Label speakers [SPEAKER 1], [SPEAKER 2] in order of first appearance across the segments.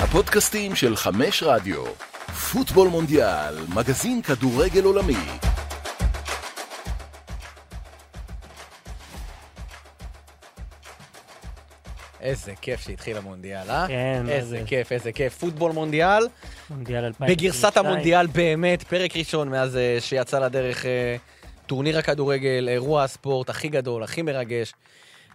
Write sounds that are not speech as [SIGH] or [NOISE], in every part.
[SPEAKER 1] הפודקאסטים של חמש רדיו. פוטבול מונדיאל, מגזין כדורגל עולמי.
[SPEAKER 2] איזה כיף שהתחיל המונדיאל, אה?
[SPEAKER 3] כן,
[SPEAKER 2] איזה
[SPEAKER 3] איזה-
[SPEAKER 2] כיף, איזה כיף. פוטבול מונדיאל,
[SPEAKER 3] מונדיאל 2022.
[SPEAKER 2] בגרסת המונדיאל באמת, פרק ראשון מאז אה, שיצא לדרך אה, טורניר הכדורגל, אירוע הספורט הכי גדול, הכי מרגש,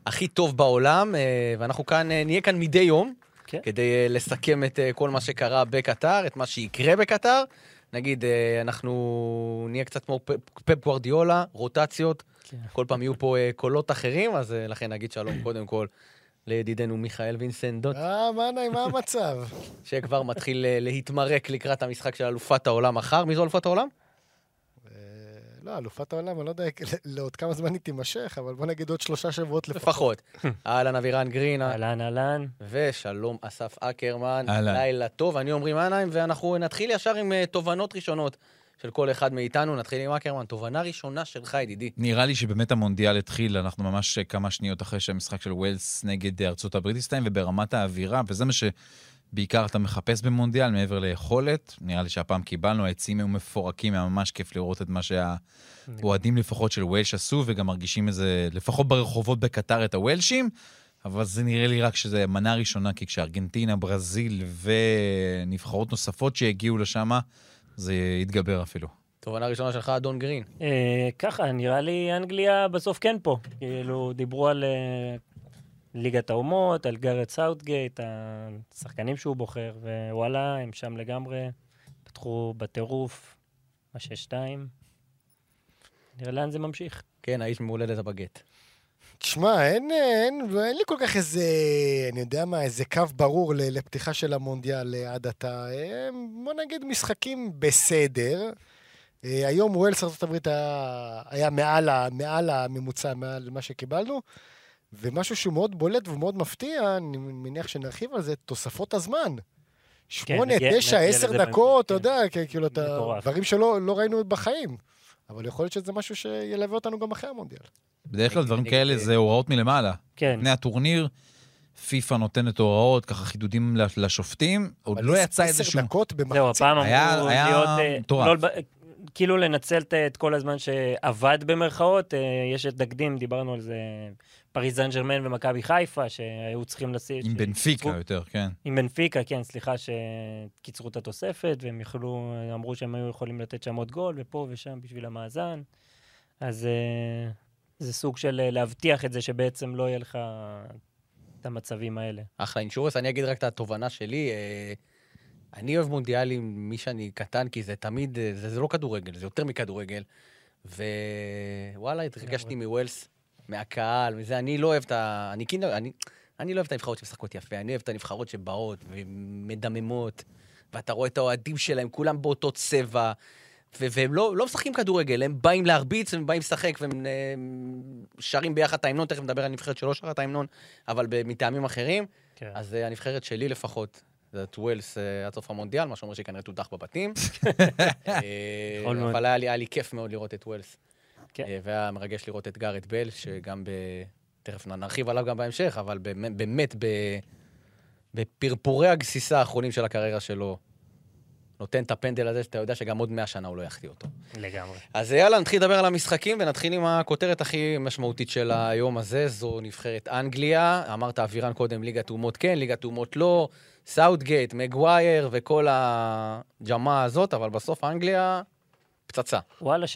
[SPEAKER 2] הכי טוב בעולם, אה, ואנחנו כאן, אה, נהיה כאן מדי יום,
[SPEAKER 3] כן.
[SPEAKER 2] כדי אה, לסכם את אה, כל מה שקרה בקטר, את מה שיקרה בקטר. נגיד, אה, אנחנו נהיה קצת כמו פפ- פפ גוורדיולה, רוטציות,
[SPEAKER 3] כן.
[SPEAKER 2] כל פעם יהיו פה אה, קולות אחרים, אז אה, לכן נגיד שלום קודם כל לידידנו מיכאל וינסנדוט,
[SPEAKER 4] [LAUGHS] אה, מה נעים, מה המצב? [LAUGHS]
[SPEAKER 2] שכבר מתחיל אה, להתמרק לקראת המשחק של אלופת העולם מחר. מי זו אלופת העולם?
[SPEAKER 4] אה, לא, אלופת העולם, אני לא יודע [LAUGHS] לעוד כמה זמן היא תימשך, אבל בוא נגיד עוד שלושה שבועות לפחות.
[SPEAKER 2] לפחות. אהלן אבירן גרין, אה,
[SPEAKER 3] אהלן, אהלן.
[SPEAKER 2] ושלום אסף אקרמן.
[SPEAKER 5] אהלן.
[SPEAKER 2] לילה טוב, אני עמרי מנהיים, ואנחנו נתחיל ישר עם אה, תובנות ראשונות של כל אחד מאיתנו. נתחיל עם אקרמן. תובנה ראשונה שלך, ידידי.
[SPEAKER 5] נראה לי שבאמת המונדיאל התחיל, אנחנו ממש אה, כמה שניות אחרי שהמשחק של ווילס נגד אה, ארצות הברית הסתיים, וברמת האווירה, וזה מה שבעיקר אתה מחפש במונדיאל, מעבר ליכולת. נראה לי שהפעם קיבלנו, העצים היו מפורקים, היה ממש כיף לראות את מה שהאוהדים לפחות של ווילש עשו, וגם מרגישים איזה, לפחות ברחובות בקטר את הוולשים. אבל זה נראה לי רק שזה מנה ראשונה, כי כשארגנטינה, ברזיל ונבחרות נוספות שהגיעו לשם, זה יתגבר אפילו.
[SPEAKER 2] תובנה ראשונה שלך, אדון גרין.
[SPEAKER 3] אה, ככה, נראה לי אנגליה בסוף כן פה. כאילו, דיברו על אה, ליגת האומות, על גארד סאוטגייט, השחקנים שהוא בוחר, ווואלה, הם שם לגמרי. פתחו בטירוף, מה שש שתיים. נראה לאן זה ממשיך.
[SPEAKER 2] כן, האיש מהולדת הבגט.
[SPEAKER 4] תשמע, אין, אין, אין לי כל כך איזה, אני יודע מה, איזה קו ברור ל- לפתיחה של המונדיאל אה, עד עתה. אה, בוא נגיד משחקים בסדר. אה, היום ווילס ארצות הברית היה, היה מעל, ה- מעל הממוצע, מעל מה שקיבלנו. ומשהו שהוא מאוד בולט ומאוד מפתיע, אני מניח שנרחיב על זה, תוספות הזמן. שמונה,
[SPEAKER 3] כן, נגיע-
[SPEAKER 4] תשע,
[SPEAKER 3] נגיע
[SPEAKER 4] עשר
[SPEAKER 3] לזה
[SPEAKER 4] דקות, אתה
[SPEAKER 3] בהמשך, כן.
[SPEAKER 4] יודע, כ- כאילו, אתה-
[SPEAKER 3] מטורף.
[SPEAKER 4] דברים שלא לא ראינו עוד בחיים. אבל יכול להיות שזה משהו שילווה אותנו גם אחרי המונדיאל.
[SPEAKER 5] בדרך כלל
[SPEAKER 2] נגד-
[SPEAKER 5] דברים
[SPEAKER 2] נגד- אה,
[SPEAKER 5] כאלה זה הוראות מלמעלה.
[SPEAKER 3] כן,
[SPEAKER 5] לפני הטורניר, פיפ"א נותנת הוראות, ככה חידודים לש- לשופטים. עוד
[SPEAKER 4] אבל
[SPEAKER 5] לא יצא
[SPEAKER 4] עשר
[SPEAKER 5] איזשהו...
[SPEAKER 4] דקות
[SPEAKER 3] זהו,
[SPEAKER 4] במחצית.
[SPEAKER 3] הפעם
[SPEAKER 5] היה-
[SPEAKER 3] אמרו
[SPEAKER 5] היה
[SPEAKER 3] להיות... אה,
[SPEAKER 5] מטורף.
[SPEAKER 3] לא לב- כאילו לנצל את- את כל הזמן שעבד במרכאות, אה, יש את תקדים, דיברנו על זה, פריז סן ג'רמן ומכבי חיפה, שהיו צריכים לשים...
[SPEAKER 5] עם
[SPEAKER 3] ש-
[SPEAKER 5] בנפיקה
[SPEAKER 3] קיצרו-
[SPEAKER 5] יותר, כן.
[SPEAKER 3] עם בנפיקה, כן, סליחה, שקיצרו את התוספת, והם יכלו, אמרו שהם היו יכולים לתת שם עוד גול, ופה ושם בשביל המאזן. אז אה, זה סוג של אה, להבטיח את זה שבעצם לא יהיה לך את המצבים האלה.
[SPEAKER 2] אחלה אינשורס. אני אגיד רק את התובנה שלי. אה, אני אוהב מונדיאלים משאני קטן, כי זה תמיד, אה, זה, זה לא כדורגל, זה יותר מכדורגל. ווואלה, התרגשתי מווילס, מהקהל, מזה. אני לא אוהב את ה... אני כאילו, אני, אני לא אוהב את הנבחרות שמשחקות יפה, אני אוהב את הנבחרות שבאות ומדממות, ואתה רואה את האוהדים שלהם, כולם באותו צבע. ו- והם לא, לא משחקים כדורגל, הם באים להרביץ, הם באים לשחק, והם אה, שרים ביחד את ההמנון, תכף נדבר על נבחרת שלא שרה את ההמנון, אבל ב- מטעמים אחרים.
[SPEAKER 3] כן.
[SPEAKER 2] אז אה, הנבחרת שלי לפחות, זה את ווילס אה, עד סוף המונדיאל, מה שאומר שכנראה תודח
[SPEAKER 3] [LAUGHS]
[SPEAKER 2] בבתים. אה,
[SPEAKER 3] יכול נכון מאוד.
[SPEAKER 2] אבל היה לי- היה לי כיף מאוד לראות את ווילס.
[SPEAKER 3] כן.
[SPEAKER 2] אה, והיה מרגש לראות את גארד בל, שגם ב... תכף נ- נרחיב עליו גם בהמשך, אבל באמת- באמת, ב... בפרפורי הגסיסה האחרונים של הקריירה שלו, נותן את הפנדל הזה שאתה יודע שגם עוד 100 שנה הוא לא יחטיא אותו.
[SPEAKER 3] לגמרי.
[SPEAKER 2] אז יאללה, נתחיל לדבר על המשחקים ונתחיל עם הכותרת הכי משמעותית של היום הזה, זו נבחרת אנגליה. אמרת אבירן קודם, ליגת אומות כן, ליגת אומות לא, סאוטגייט, מגווייר וכל הג'מה הזאת, אבל בסוף אנגליה, פצצה.
[SPEAKER 3] וואלה, 6-2.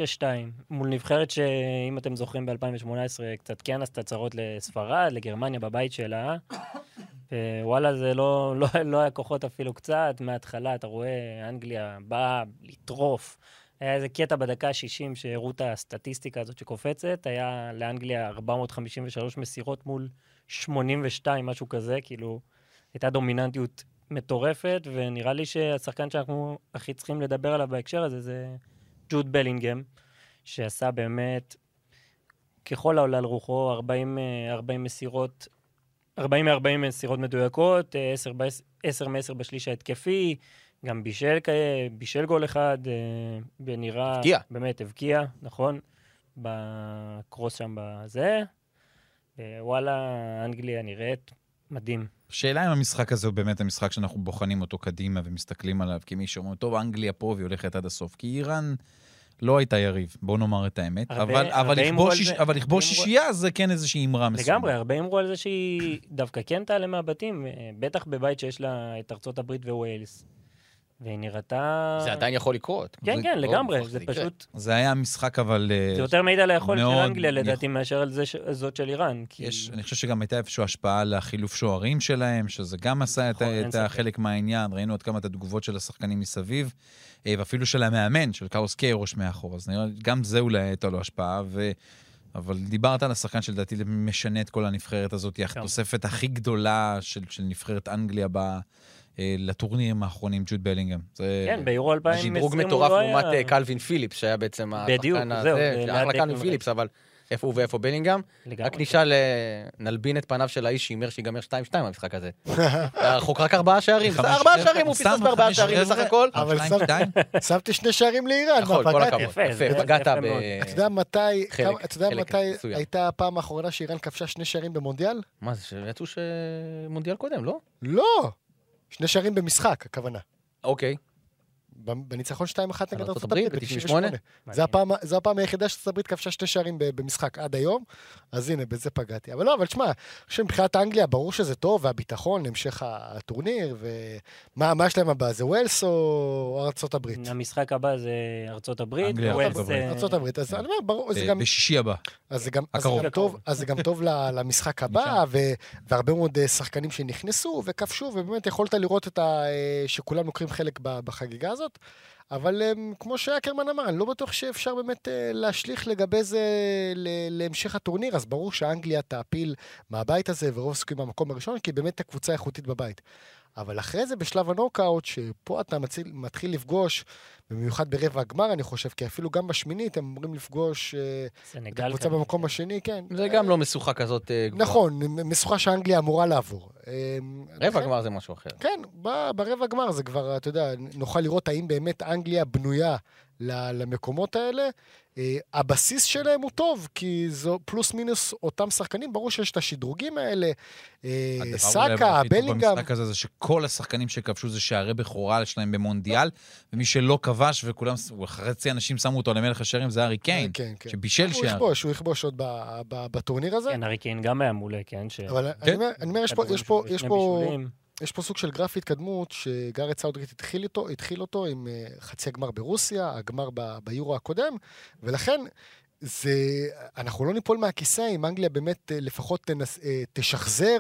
[SPEAKER 3] מול נבחרת שאם אתם זוכרים ב-2018 קצת כן עשתה צרות לספרד, לגרמניה בבית שלה. אה, וואלה, זה לא, לא, לא היה כוחות אפילו קצת. מההתחלה אתה רואה, אנגליה באה לטרוף. היה איזה קטע בדקה ה-60 שהראו את הסטטיסטיקה הזאת שקופצת, היה לאנגליה 453 מסירות מול 82, משהו כזה, כאילו, הייתה דומיננטיות מטורפת, ונראה לי שהשחקן שאנחנו הכי צריכים לדבר עליו בהקשר הזה זה ג'וד בלינגהם, שעשה באמת ככל העולה על רוחו 40, אה, 40 מסירות, 40 מ-40 מסירות מדויקות, אה, 10 ב- 10 מ-10 בשליש ההתקפי, גם בישל, כ- בישל גול אחד, אה, ונראה...
[SPEAKER 2] הבקיע.
[SPEAKER 3] באמת, הבקיע, נכון, בקרוס שם בזה. אה, וואלה, אנגליה נראית מדהים.
[SPEAKER 5] השאלה אם המשחק הזה הוא באמת המשחק שאנחנו בוחנים אותו קדימה ומסתכלים עליו, כי מישהו אומר, טוב, אנגליה פה והיא הולכת עד הסוף. כי איראן לא הייתה יריב, בואו נאמר את האמת.
[SPEAKER 3] הרבה-
[SPEAKER 5] אבל- אבל
[SPEAKER 3] הרבה אמרו
[SPEAKER 5] לכבור
[SPEAKER 3] על
[SPEAKER 5] שיש-
[SPEAKER 3] זה-
[SPEAKER 5] אבל לכבור
[SPEAKER 3] הרבה אמרו-
[SPEAKER 5] שישייה זה כן איזושהי אמרה מסוימת.
[SPEAKER 3] לגמרי, הרבה אמרו על זה שהיא דווקא כן תעלה מהבתים, אה, בטח בבית שיש לה את ארצות הברית וווילס. והיא נראתה...
[SPEAKER 2] זה עדיין יכול לקרות.
[SPEAKER 3] אה. כן,
[SPEAKER 2] זה
[SPEAKER 3] כן,
[SPEAKER 2] לא
[SPEAKER 3] לגמרי,
[SPEAKER 2] מוכרח
[SPEAKER 3] זה
[SPEAKER 2] יקרה.
[SPEAKER 3] פשוט...
[SPEAKER 5] זה היה משחק, אבל... אה,
[SPEAKER 3] זה יותר מעיד על היכולת של
[SPEAKER 5] מאוד
[SPEAKER 3] אנגליה,
[SPEAKER 5] יכול-
[SPEAKER 3] לדעתי, מאשר על זה ש- זאת של איראן. כי-
[SPEAKER 5] יש,
[SPEAKER 4] אה,
[SPEAKER 5] אני חושב שגם הייתה איפשהו השפעה על החילוף שוערים שלהם, שזה גם עשה את,
[SPEAKER 3] נכון, אין
[SPEAKER 5] את
[SPEAKER 3] ספק.
[SPEAKER 5] חלק מהעניין, ראינו עד כמה את התגובות של השחקנים מסביב, אה, ואפילו של המאמן, של קאוס קיירוש מאחור, אז נראה, לי גם זה אולי הייתה לו השפעה, ו... אבל דיברת על השחקן שלדעתי משנה את כל הנבחרת הזאת, היא
[SPEAKER 3] כן.
[SPEAKER 5] התוספת הכי גדולה של, של נבחרת אנגליה ב... אה, לטורנירים האחרונים, ג'וד בלינגהם. זה...
[SPEAKER 3] כן, ביורו 2020
[SPEAKER 2] שדרוג
[SPEAKER 3] הוא
[SPEAKER 2] מטורף
[SPEAKER 3] לא
[SPEAKER 2] לעומת
[SPEAKER 3] היה-
[SPEAKER 2] אה, קלווין פיליפס, שהיה בעצם
[SPEAKER 3] בדיוק,
[SPEAKER 2] השחקן
[SPEAKER 3] זהו,
[SPEAKER 2] הזה,
[SPEAKER 3] זה נכון. ליד
[SPEAKER 2] אחלה קלווין
[SPEAKER 3] דקלן
[SPEAKER 2] פיליפס, אבל איפה הוא ואיפה בלינגהם.
[SPEAKER 3] לגמרי.
[SPEAKER 2] רק נשאל, אה, נלבין את פניו של האיש שהימר שיגמר 2-2 המשחק הזה. [LAUGHS] היה רחוק רק ארבעה שערים, זה
[SPEAKER 5] חמש-
[SPEAKER 2] ארבעה שערים, הוא
[SPEAKER 5] שם
[SPEAKER 2] פספס בארבעה
[SPEAKER 5] חמש
[SPEAKER 2] שערים בסך
[SPEAKER 5] רבע,
[SPEAKER 2] הכל.
[SPEAKER 4] אבל
[SPEAKER 5] שניים,
[SPEAKER 4] שם- [LAUGHS]
[SPEAKER 5] שתיים.
[SPEAKER 4] שמתי שני שערים לאיראן,
[SPEAKER 2] נכון,
[SPEAKER 4] מה,
[SPEAKER 2] כל
[SPEAKER 4] כן, לא, פגעתי?
[SPEAKER 2] הכבוד.
[SPEAKER 3] יפה, זה-
[SPEAKER 2] יפה,
[SPEAKER 3] זה
[SPEAKER 2] פגעת
[SPEAKER 3] יפה
[SPEAKER 2] ב...
[SPEAKER 3] מאוד.
[SPEAKER 4] אתה יודע מתי,
[SPEAKER 2] חלק-
[SPEAKER 4] כמה- אתה יודע
[SPEAKER 2] חלק
[SPEAKER 4] מתי
[SPEAKER 2] מסוים.
[SPEAKER 4] הייתה הפעם האחרונה שאיראן כבשה שני שערים במונדיאל?
[SPEAKER 2] מה זה, שיצאו שמונדיאל קודם, לא?
[SPEAKER 4] לא! שני שערים במשחק, הכוונה.
[SPEAKER 2] אוקיי.
[SPEAKER 4] ב- בניצחון 2-1 נגד
[SPEAKER 2] ארצות
[SPEAKER 4] ארצות
[SPEAKER 2] הברית
[SPEAKER 4] הברית ב-98.
[SPEAKER 2] ב-
[SPEAKER 4] זה הפעם- זה הפעם היחידה שארצות הברית כבשה שני שערים ב- במשחק עד היום, אז הנה, בזה פגעתי. אבל לא, אבל שמע, אני חושב שמבחינת אנגליה ברור שזה טוב, והביטחון, המשך הטורניר, ומה מה שלהם הבא, זה ווילס או ארצות הברית?
[SPEAKER 3] המשחק הבא זה ארצות הברית.
[SPEAKER 5] אנגליה,
[SPEAKER 3] ווילס,
[SPEAKER 5] ארצות הברית.
[SPEAKER 3] אה,
[SPEAKER 4] ארצות הברית, אז אני אומר, ברור, זה
[SPEAKER 5] אה,
[SPEAKER 4] גם...
[SPEAKER 5] בשישי הבא.
[SPEAKER 4] אז זה גם, אז זה
[SPEAKER 5] הקרוב.
[SPEAKER 4] גם טוב, אז זה גם טוב ל- למשחק הבא, ו, והרבה מאוד אה, שחקנים שנכנסו וכבשו, ובאמת יכולת לראות את ה, אה, שכולם לוקחים חלק ב- בחגיגה הזאת. אבל אה, כמו שאקרמן אמר, אני לא בטוח שאפשר באמת אה, להשליך לגבי זה ל- להמשך הטורניר, אז ברור שאנגליה תעפיל מהבית הזה ורוב סיכויים מהמקום הראשון, כי היא באמת הקבוצה האיכותית בבית. אבל אחרי זה בשלב הנוקאוט, שפה אתה מציל, מתחיל לפגוש, במיוחד ברבע הגמר אני חושב, כי אפילו גם בשמינית הם אמורים לפגוש אה, את
[SPEAKER 3] סנגל.
[SPEAKER 4] הקבוצה
[SPEAKER 3] כזה.
[SPEAKER 4] במקום השני, כן.
[SPEAKER 2] זה גם לא משוכה כזאת אה, גבוהה.
[SPEAKER 4] נכון, משוכה שאנגליה אמורה לעבור. אה,
[SPEAKER 2] רבע
[SPEAKER 4] לכן-
[SPEAKER 2] גמר זה משהו אחר.
[SPEAKER 4] כן, ב- ברבע גמר זה כבר, אתה יודע, נוכל לראות האם באמת אנגליה בנויה ל- למקומות האלה. אה, הבסיס שלהם הוא טוב, כי זו פלוס מינוס אותם שחקנים, ברור שיש את השדרוגים האלה. אה,
[SPEAKER 5] הדבר אולי
[SPEAKER 4] סאקה,
[SPEAKER 5] הכי טוב
[SPEAKER 4] בלינגהם.
[SPEAKER 5] במשחק הזה זה שכל השחקנים שכבשו זה שערי בכורה שלהם במונדיאל, ומי שלא כבש וכולם, חצי אנשים שמו אותו למלך השערים זה הארי קיין,
[SPEAKER 4] כן, כן.
[SPEAKER 5] שבישל
[SPEAKER 4] הוא
[SPEAKER 5] שער.
[SPEAKER 4] יכבוש, הוא יכבוש עוד ב- ב- בטורניר הזה.
[SPEAKER 3] כן, הארי קיין גם היה מעולה, כן? ש-
[SPEAKER 4] אבל אני אומר- אני אומר, יש פה- יש פה- יש
[SPEAKER 3] שני
[SPEAKER 4] פה...
[SPEAKER 3] בישולים.
[SPEAKER 4] יש פה סוג של גרף התקדמות שגארד סאודריט התחיל אותו, התחיל אותו עם אה, חצי הגמר ברוסיה, הגמר ב- ביורו הקודם, ולכן זה, אנחנו לא ניפול מהכיסא אם אנגליה באמת אה, לפחות תנס, אה, תשחזר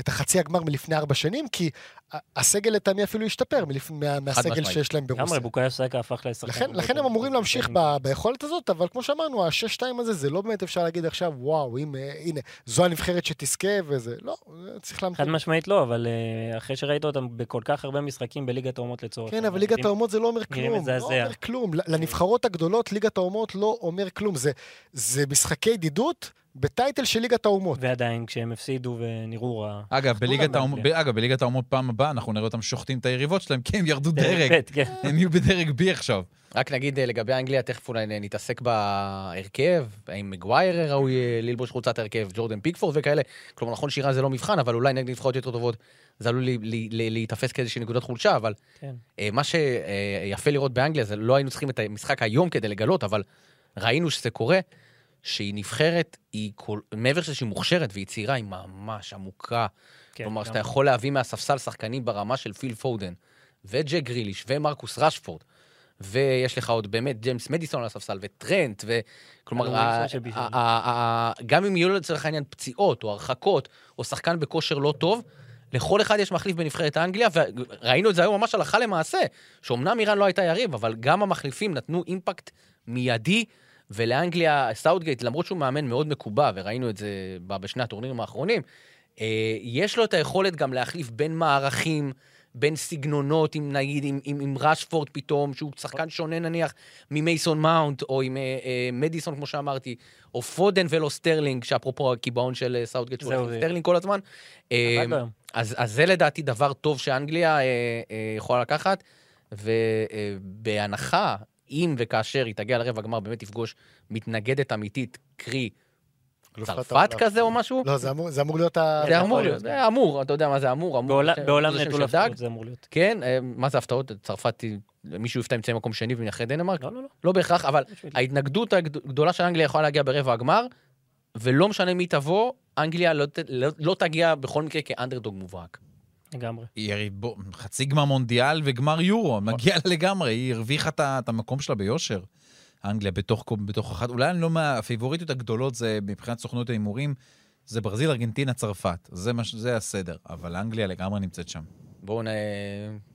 [SPEAKER 4] את החצי הגמר מלפני ארבע שנים, כי ה- הסגל לטעמי אפילו השתפר מלפ, מה, מהסגל
[SPEAKER 2] משמעית.
[SPEAKER 4] שיש להם ברוסיה.
[SPEAKER 3] לגמרי, בוקאיו סאקה הפך לשחקן.
[SPEAKER 4] לכן,
[SPEAKER 3] הרבה
[SPEAKER 4] לכן
[SPEAKER 3] יותר
[SPEAKER 4] הם אמורים
[SPEAKER 3] טוב. כן.
[SPEAKER 4] להמשיך ב, ביכולת הזאת, אבל כמו שאמרנו, השש-שתיים הזה, זה לא באמת אפשר להגיד עכשיו, וואו, הנה, הנה זו הנבחרת שתזכה וזה, לא, זה צריך להמתין.
[SPEAKER 3] חד משמעית לא, אבל אה, אחרי שראית אותם בכל כך הרבה משחקים בליגת האומות לצורך.
[SPEAKER 4] כן, אבל
[SPEAKER 3] העניין,
[SPEAKER 4] ליגת
[SPEAKER 3] אם-
[SPEAKER 4] האומות זה לא אומר
[SPEAKER 3] נכון, נראה
[SPEAKER 4] כלום. לא
[SPEAKER 3] מזעזע.
[SPEAKER 4] אומר כלום. ל- לנבחרות הגדולות, ליגת האומות לא אומר כלום. זה- זה משחקי ידידות בטייטל של ליגת האומות.
[SPEAKER 3] ועדיין, כשהם הפסידו ונראו רע.
[SPEAKER 5] אגב, בליגת
[SPEAKER 3] להם
[SPEAKER 5] האומ-
[SPEAKER 3] באנגליה.
[SPEAKER 5] אגב, בליגת האומות פעם הבאה אנחנו נראה אותם שוחטים את היריבות שלהם, כי הם ירדו דרג,
[SPEAKER 3] ב', [LAUGHS] כן.
[SPEAKER 5] הם יהיו בדרג B עכשיו.
[SPEAKER 2] רק נגיד אה, לגבי אנגליה, תכף אולי נ- נתעסק בהרכב, האם מגווייר ראוי אה, ללבוש חולצת הרכב, ג'ורדן פיקפורד וכאלה. כלומר, נכון שאיראן זה לא מבחן, אבל אולי נגד נבחרות יותר טובות, זה עלול לי- לי- לי- להיתפס כאיזושהי נקודת חולשה, אבל
[SPEAKER 3] כן.
[SPEAKER 2] אה, מה שיפה לראות באנגליה, זה לא היינו צריכים את המשחק היום כדי לגלות, אבל ראינו שזה קורה, שהיא נבחרת, היא כל... מעבר לזה שהיא מוכשרת והיא צעירה, היא ממש עמוקה.
[SPEAKER 3] כן,
[SPEAKER 2] כלומר,
[SPEAKER 3] גם-
[SPEAKER 2] שאתה יכול להביא מהספסל שחקנים ברמה של פיל פודן, וג'ק גריליש, ומרקוס רשפורד, ויש לך עוד באמת ג'יימס מדיסון על הספסל, וטרנט, ו... כלומר,
[SPEAKER 3] אלון
[SPEAKER 2] ה-
[SPEAKER 3] וילסון שבישל.
[SPEAKER 2] ה- ה- ה- גם אם יהיו לו לצורך העניין פציעות, או הרחקות, או שחקן בכושר לא טוב, לכל אחד יש מחליף בנבחרת אנגליה, וראינו את זה היום ממש הלכה למעשה, שאומנם איראן לא הייתה יריב, אבל גם המחליפים נתנו אימפקט מיידי, ולאנגליה, סאוטגייט, למרות שהוא מאמן מאוד מקובע, וראינו את זה ב- בשני הטורנירים האחרונים, אה, יש לו את היכולת גם להחליף בין מערכים, בין סגנונות, אם נגיד עם, עם, עם רשפורד פתאום, שהוא שחקן שונה נניח ממייסון מאונט, או עם אה, אה, מדיסון, כמו שאמרתי, או פודן ולא סטרלינג, שאפרופו הקיבעון של אה, סאוטגייט, שהוא
[SPEAKER 3] זהו,
[SPEAKER 2] הולך עם
[SPEAKER 3] זה-
[SPEAKER 2] סטרלינג כל הזמן. אה,
[SPEAKER 3] עבד היום.
[SPEAKER 2] אז, אז זה לדעתי דבר טוב שאנגליה אה, אה, יכולה לקחת, אה, ובהנחה, אם וכאשר היא תגיע לרבע הגמר, באמת תפגוש מתנגדת אמיתית, קרי
[SPEAKER 4] אלופת
[SPEAKER 2] צרפת
[SPEAKER 4] העולם.
[SPEAKER 2] כזה או משהו?
[SPEAKER 4] לא, זה אמור- זה אמור להיות ה...
[SPEAKER 2] זה אמור
[SPEAKER 3] יכול
[SPEAKER 2] להיות,
[SPEAKER 3] להיות, כן.
[SPEAKER 2] זה אמור, אתה יודע מה זה אמור, אמור.
[SPEAKER 3] בעולם-
[SPEAKER 2] זה שם-
[SPEAKER 3] בעולם
[SPEAKER 2] זה שם
[SPEAKER 3] נטול
[SPEAKER 2] של דג.
[SPEAKER 3] הפתעות זה אמור להיות.
[SPEAKER 2] כן, אה, מה זה הפתעות? צרפת, היא- מישהו יפתע אמצעי מקום שני ואחרי דנמרק?
[SPEAKER 3] לא, לא, לא.
[SPEAKER 2] לא בהכרח, אבל
[SPEAKER 3] משהו בדיוק.
[SPEAKER 2] ההתנגדות הגד- הגדולה של אנגליה יכולה להגיע ברבע הגמר, ולא משנה מי תבוא, אנגליה לא ת- לא- לא תגיע בכל מקרה כאנדרדוג מובהק.
[SPEAKER 3] לגמרי.
[SPEAKER 5] היא הרי בוא, חצי גמר מונדיאל וגמר יורו, מגיע לה לגמרי, היא הרוויחה את ה- את המקום שלה ביושר. אנגליה בתוך, בתוך אחת, אולי אני לא מהפיבוריטיות הגדולות, זה מבחינת סוכנות ההימורים, זה ברזיל, ארגנטינה, צרפת. זה, מה, ש- זה הסדר, אבל אנגליה לגמרי נמצאת שם.
[SPEAKER 2] בואו נ...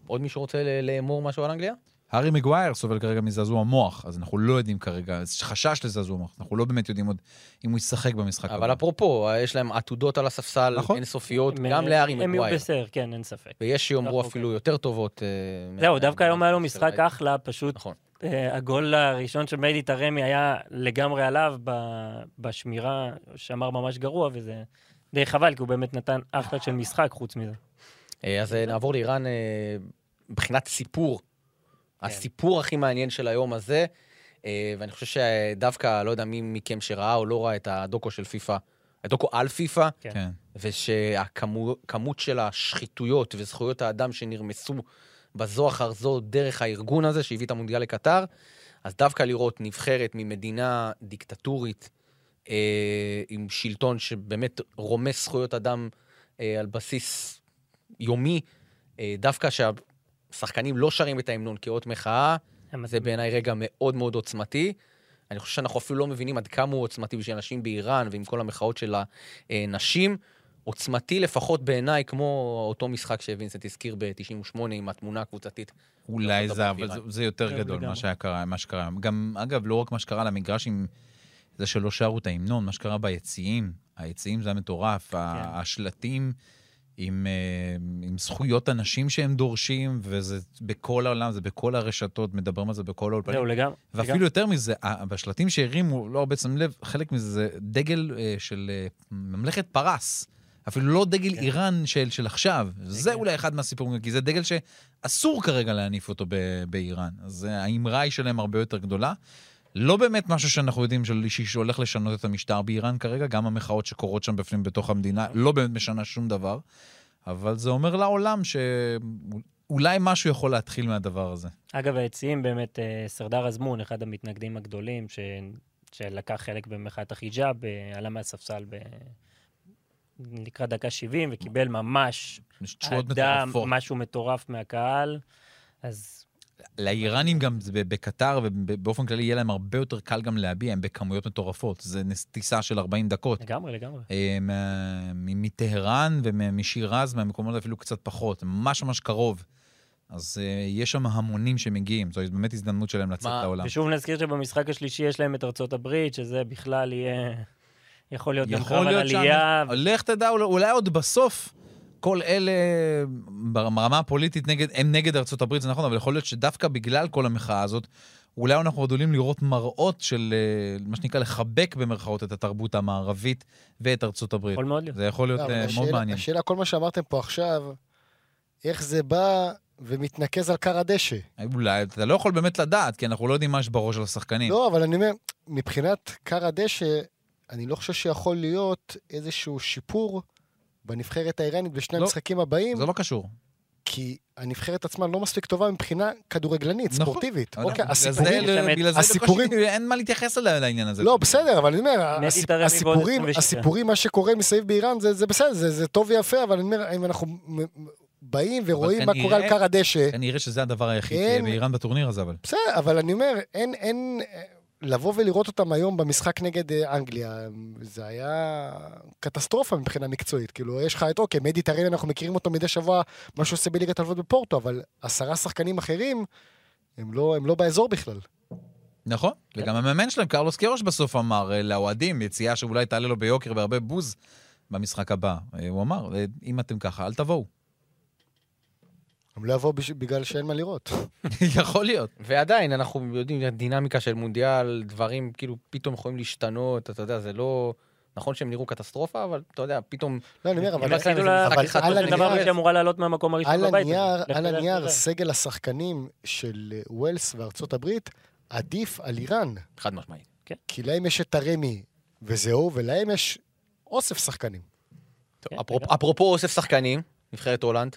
[SPEAKER 2] עוד מישהו רוצה ל- לאמור משהו על אנגליה?
[SPEAKER 5] הארי מגווייר סובל כרגע מזעזוע מוח, אז אנחנו לא יודעים כרגע, אז יש חשש לזעזוע מוח, אנחנו לא באמת יודעים עוד אם הוא ישחק במשחק.
[SPEAKER 2] אבל
[SPEAKER 5] הבא.
[SPEAKER 2] אפרופו, יש להם עתודות על הספסל
[SPEAKER 5] נכון.
[SPEAKER 2] אינסופיות,
[SPEAKER 3] הם-
[SPEAKER 2] גם לארי
[SPEAKER 3] הם יהיו
[SPEAKER 2] מגווייר.
[SPEAKER 3] בסדר, כן, אין ספק.
[SPEAKER 2] ויש שיאמרו
[SPEAKER 3] אנחנו-
[SPEAKER 2] אפילו יותר טובות. אה,
[SPEAKER 3] זהו,
[SPEAKER 2] מה-
[SPEAKER 3] דווקא היום היה לו משחק
[SPEAKER 2] של-
[SPEAKER 3] אחלה, פשוט
[SPEAKER 2] נכון.
[SPEAKER 3] אה, הגול הראשון של מיידי טרמי היה לגמרי עליו ב- בשמירה, שמר ממש גרוע, וזה די חבל, כי הוא באמת נתן אחלה של משחק חוץ מזה.
[SPEAKER 2] אה, אז אה, נעבור לאיראן אה, מבחינת סיפור.
[SPEAKER 3] כן.
[SPEAKER 2] הסיפור הכי מעניין של היום הזה, אה, ואני חושב שדווקא, לא יודע מי מכם שראה או לא ראה את הדוקו של פיפ"א, הדוקו על פיפ"א,
[SPEAKER 5] כן.
[SPEAKER 2] ושהכמות של השחיתויות וזכויות האדם שנרמסו בזו אחר זו דרך הארגון הזה שהביא את המונדיאל לקטר, אז דווקא לראות נבחרת ממדינה דיקטטורית אה, עם שלטון שבאמת רומס זכויות אדם אה, על בסיס יומי, אה, דווקא שהשחקנים לא שרים את ההמנון כאות מחאה, זה בעיניי רגע מאוד מאוד עוצמתי. אני חושב שאנחנו אפילו לא מבינים עד כמה הוא עוצמתי בשביל אנשים באיראן ועם כל המחאות של הנשים. עוצמתי לפחות בעיניי, כמו אותו משחק שווינסנט הזכיר ב-98 עם התמונה הקבוצתית.
[SPEAKER 5] אולי
[SPEAKER 2] ארצות
[SPEAKER 5] זה,
[SPEAKER 2] הברית
[SPEAKER 5] אבל
[SPEAKER 2] ואיראן.
[SPEAKER 5] זה, זה יותר
[SPEAKER 3] כן,
[SPEAKER 5] גדול מה
[SPEAKER 3] לגמרי.
[SPEAKER 5] שקרה, מה שקרה. גם, אגב, לא רק מה שקרה למגרש עם זה שלא שרו את ההמנון, מה שקרה ביציעים. היציעים זה היה
[SPEAKER 3] כן.
[SPEAKER 5] מטורף. ה- השלטים עם, אה, עם זכויות הנשים שהם דורשים, וזה בכל העולם, זה בכל הרשתות, מדברים על זה בכל האולפנים.
[SPEAKER 3] זהו, לגמרי.
[SPEAKER 5] ואפילו יותר מזה, ה- בשלטים שהרימו, לא הרבה שמים לב, חלק מזה זה דגל אה, של אה, ממלכת פרס. אפילו לא דגל
[SPEAKER 3] כן.
[SPEAKER 5] איראן של, של עכשיו. זה
[SPEAKER 3] כן.
[SPEAKER 5] אולי אחד מהסיפורים, כי זה דגל שאסור כרגע להניף אותו ב- באיראן. אז אה, האמרה היא שלהם הרבה יותר גדולה. לא באמת משהו שאנחנו יודעים של- ש- שהולך לשנות את המשטר באיראן כרגע, גם המחאות שקורות שם בפנים בתוך המדינה לא באמת משנה שום דבר, אבל זה אומר לעולם שאולי משהו יכול להתחיל מהדבר הזה.
[SPEAKER 3] אגב, היציעים באמת, אה, סרדר אזמון, אחד המתנגדים הגדולים, ש... שלקח חלק במחאת החיג'אב, אה, עלה מהספסל ב... לקראת דקה 70, וקיבל ממש
[SPEAKER 5] יש תשואות
[SPEAKER 3] אדם,
[SPEAKER 5] מטורפות.
[SPEAKER 3] משהו מטורף מהקהל. אז
[SPEAKER 5] לאיראנים גם זה ב- בקטר ובאופן כללי יהיה להם הרבה יותר קל גם להביע, הם בכמויות מטורפות. זה נס- טיסה של 40 דקות.
[SPEAKER 3] לגמרי, לגמרי.
[SPEAKER 5] אה, מה- מ- מטהרן ומשירז, מהמקומות אפילו קצת פחות, ממש ממש קרוב. אז אה, יש שם המונים שמגיעים, זו באמת הזדמנות שלהם לצאת
[SPEAKER 2] מה,
[SPEAKER 5] לעולם.
[SPEAKER 3] ושוב נזכיר שבמשחק השלישי יש להם את ארצות הברית, שזה בכלל יהיה... יכול להיות גם קרב
[SPEAKER 5] יכול
[SPEAKER 3] על
[SPEAKER 5] להיות
[SPEAKER 3] עלייה.
[SPEAKER 5] שם, לך תדע, אולי- אולי עוד בסוף כל אלה ברמה הפוליטית נגד, הם נגד ארצות הברית, זה נכון, אבל יכול להיות שדווקא בגלל כל המחאה הזאת, אולי אנחנו עוד עלולים לראות מראות של אה, מה שנקרא לחבק במרכאות את התרבות המערבית ואת ארצות הברית.
[SPEAKER 3] יכול מאוד להיות.
[SPEAKER 5] זה יכול להיות
[SPEAKER 4] לא, אבל
[SPEAKER 5] אה, מאוד
[SPEAKER 4] השאלה-
[SPEAKER 5] מעניין.
[SPEAKER 4] השאלה, כל מה שאמרתם פה עכשיו, איך זה בא ומתנקז על כר הדשא.
[SPEAKER 5] אולי, אתה לא יכול באמת לדעת, כי אנחנו לא יודעים מה יש בראש של השחקנים.
[SPEAKER 4] לא, אבל אני אומר, מבחינת כר הדשא, אני לא חושב שיכול להיות איזשהו שיפור בנבחרת האיראנית בשני
[SPEAKER 5] לא.
[SPEAKER 4] המשחקים הבאים,
[SPEAKER 5] זה לא קשור.
[SPEAKER 4] כי הנבחרת עצמה לא מספיק טובה מבחינה כדורגלנית,
[SPEAKER 5] נכון.
[SPEAKER 4] ספורטיבית.
[SPEAKER 5] לא יודע,
[SPEAKER 4] אוקיי,
[SPEAKER 5] בגלל זה-
[SPEAKER 4] הסיפורים...
[SPEAKER 5] בגלל זה בקושי-
[SPEAKER 4] הסיפורים-
[SPEAKER 5] אין מה להתייחס אליה- לעניין הזה.
[SPEAKER 4] לא, בסדר, אבל אני אומר,
[SPEAKER 3] מדי
[SPEAKER 4] הסיפ-
[SPEAKER 3] תראה מבעוד
[SPEAKER 4] הסיפורים,
[SPEAKER 3] 26.
[SPEAKER 4] הסיפורים, מה שקורה מסביב באיראן, זה זה בסדר, זה זה טוב ויפה, אבל אני אומר, אם אנחנו מ- מ- באים ורואים מה
[SPEAKER 5] כנראה-
[SPEAKER 4] קורה על כר הדשא,
[SPEAKER 5] כנראה שזה הדבר היחיד
[SPEAKER 4] אין-
[SPEAKER 5] שיהיה באיראן בטורניר הזה, אבל.
[SPEAKER 4] בסדר, אבל אני אומר, אין, אין... לבוא ולראות אותם היום במשחק נגד אה, אנגליה, זה היה קטסטרופה מבחינה מקצועית. כאילו, יש לך את, אוקיי, מדי טרן, אנחנו מכירים אותו מדי שבוע, מה שהוא עושה בליגת הלוות בפורטו, אבל עשרה שחקנים אחרים, הם לא, הם לא באזור בכלל.
[SPEAKER 5] נכון,
[SPEAKER 3] כן.
[SPEAKER 5] וגם המאמן שלהם, קרלוס קירוש בסוף אמר אה, לאוהדים, יציאה שאולי תעלה לו ביוקר בהרבה בוז במשחק הבא. אה, הוא אמר, אה, אם אתם ככה, אל תבואו. [LAUGHS]
[SPEAKER 4] הם לא יבואו בש- בגלל שאין מה לראות.
[SPEAKER 5] יכול להיות.
[SPEAKER 2] ועדיין, אנחנו יודעים, הדינמיקה של מונדיאל, דברים כאילו פתאום יכולים להשתנות, אתה יודע, זה לא... נכון שהם נראו קטסטרופה, אבל אתה יודע, פתאום...
[SPEAKER 4] לא, אני אומר, אבל...
[SPEAKER 2] הם רק
[SPEAKER 3] עשינו
[SPEAKER 2] איזה
[SPEAKER 3] לה-
[SPEAKER 2] משחק
[SPEAKER 4] אבל
[SPEAKER 2] אחד טוב
[SPEAKER 4] על
[SPEAKER 3] זה דבר
[SPEAKER 2] שנגמר.
[SPEAKER 4] הנייר-
[SPEAKER 3] שאמורה לעלות מהמקום הראשון
[SPEAKER 4] על
[SPEAKER 3] בבית. לא
[SPEAKER 4] הנייר,
[SPEAKER 3] לך
[SPEAKER 4] על
[SPEAKER 3] תדע,
[SPEAKER 4] הנייר,
[SPEAKER 3] לך
[SPEAKER 4] סגל השחקנים של אה, ווילס וארצות הברית עדיף על איראן.
[SPEAKER 2] חד משמעית.
[SPEAKER 4] כי להם יש את הרמי, וזהו, ולהם יש אוסף שחקנים.
[SPEAKER 2] טוב,
[SPEAKER 3] כן,
[SPEAKER 2] אפרופ-
[SPEAKER 3] לגמרי.
[SPEAKER 2] אפרופו אוסף שחקנים, נבחרת הולנד,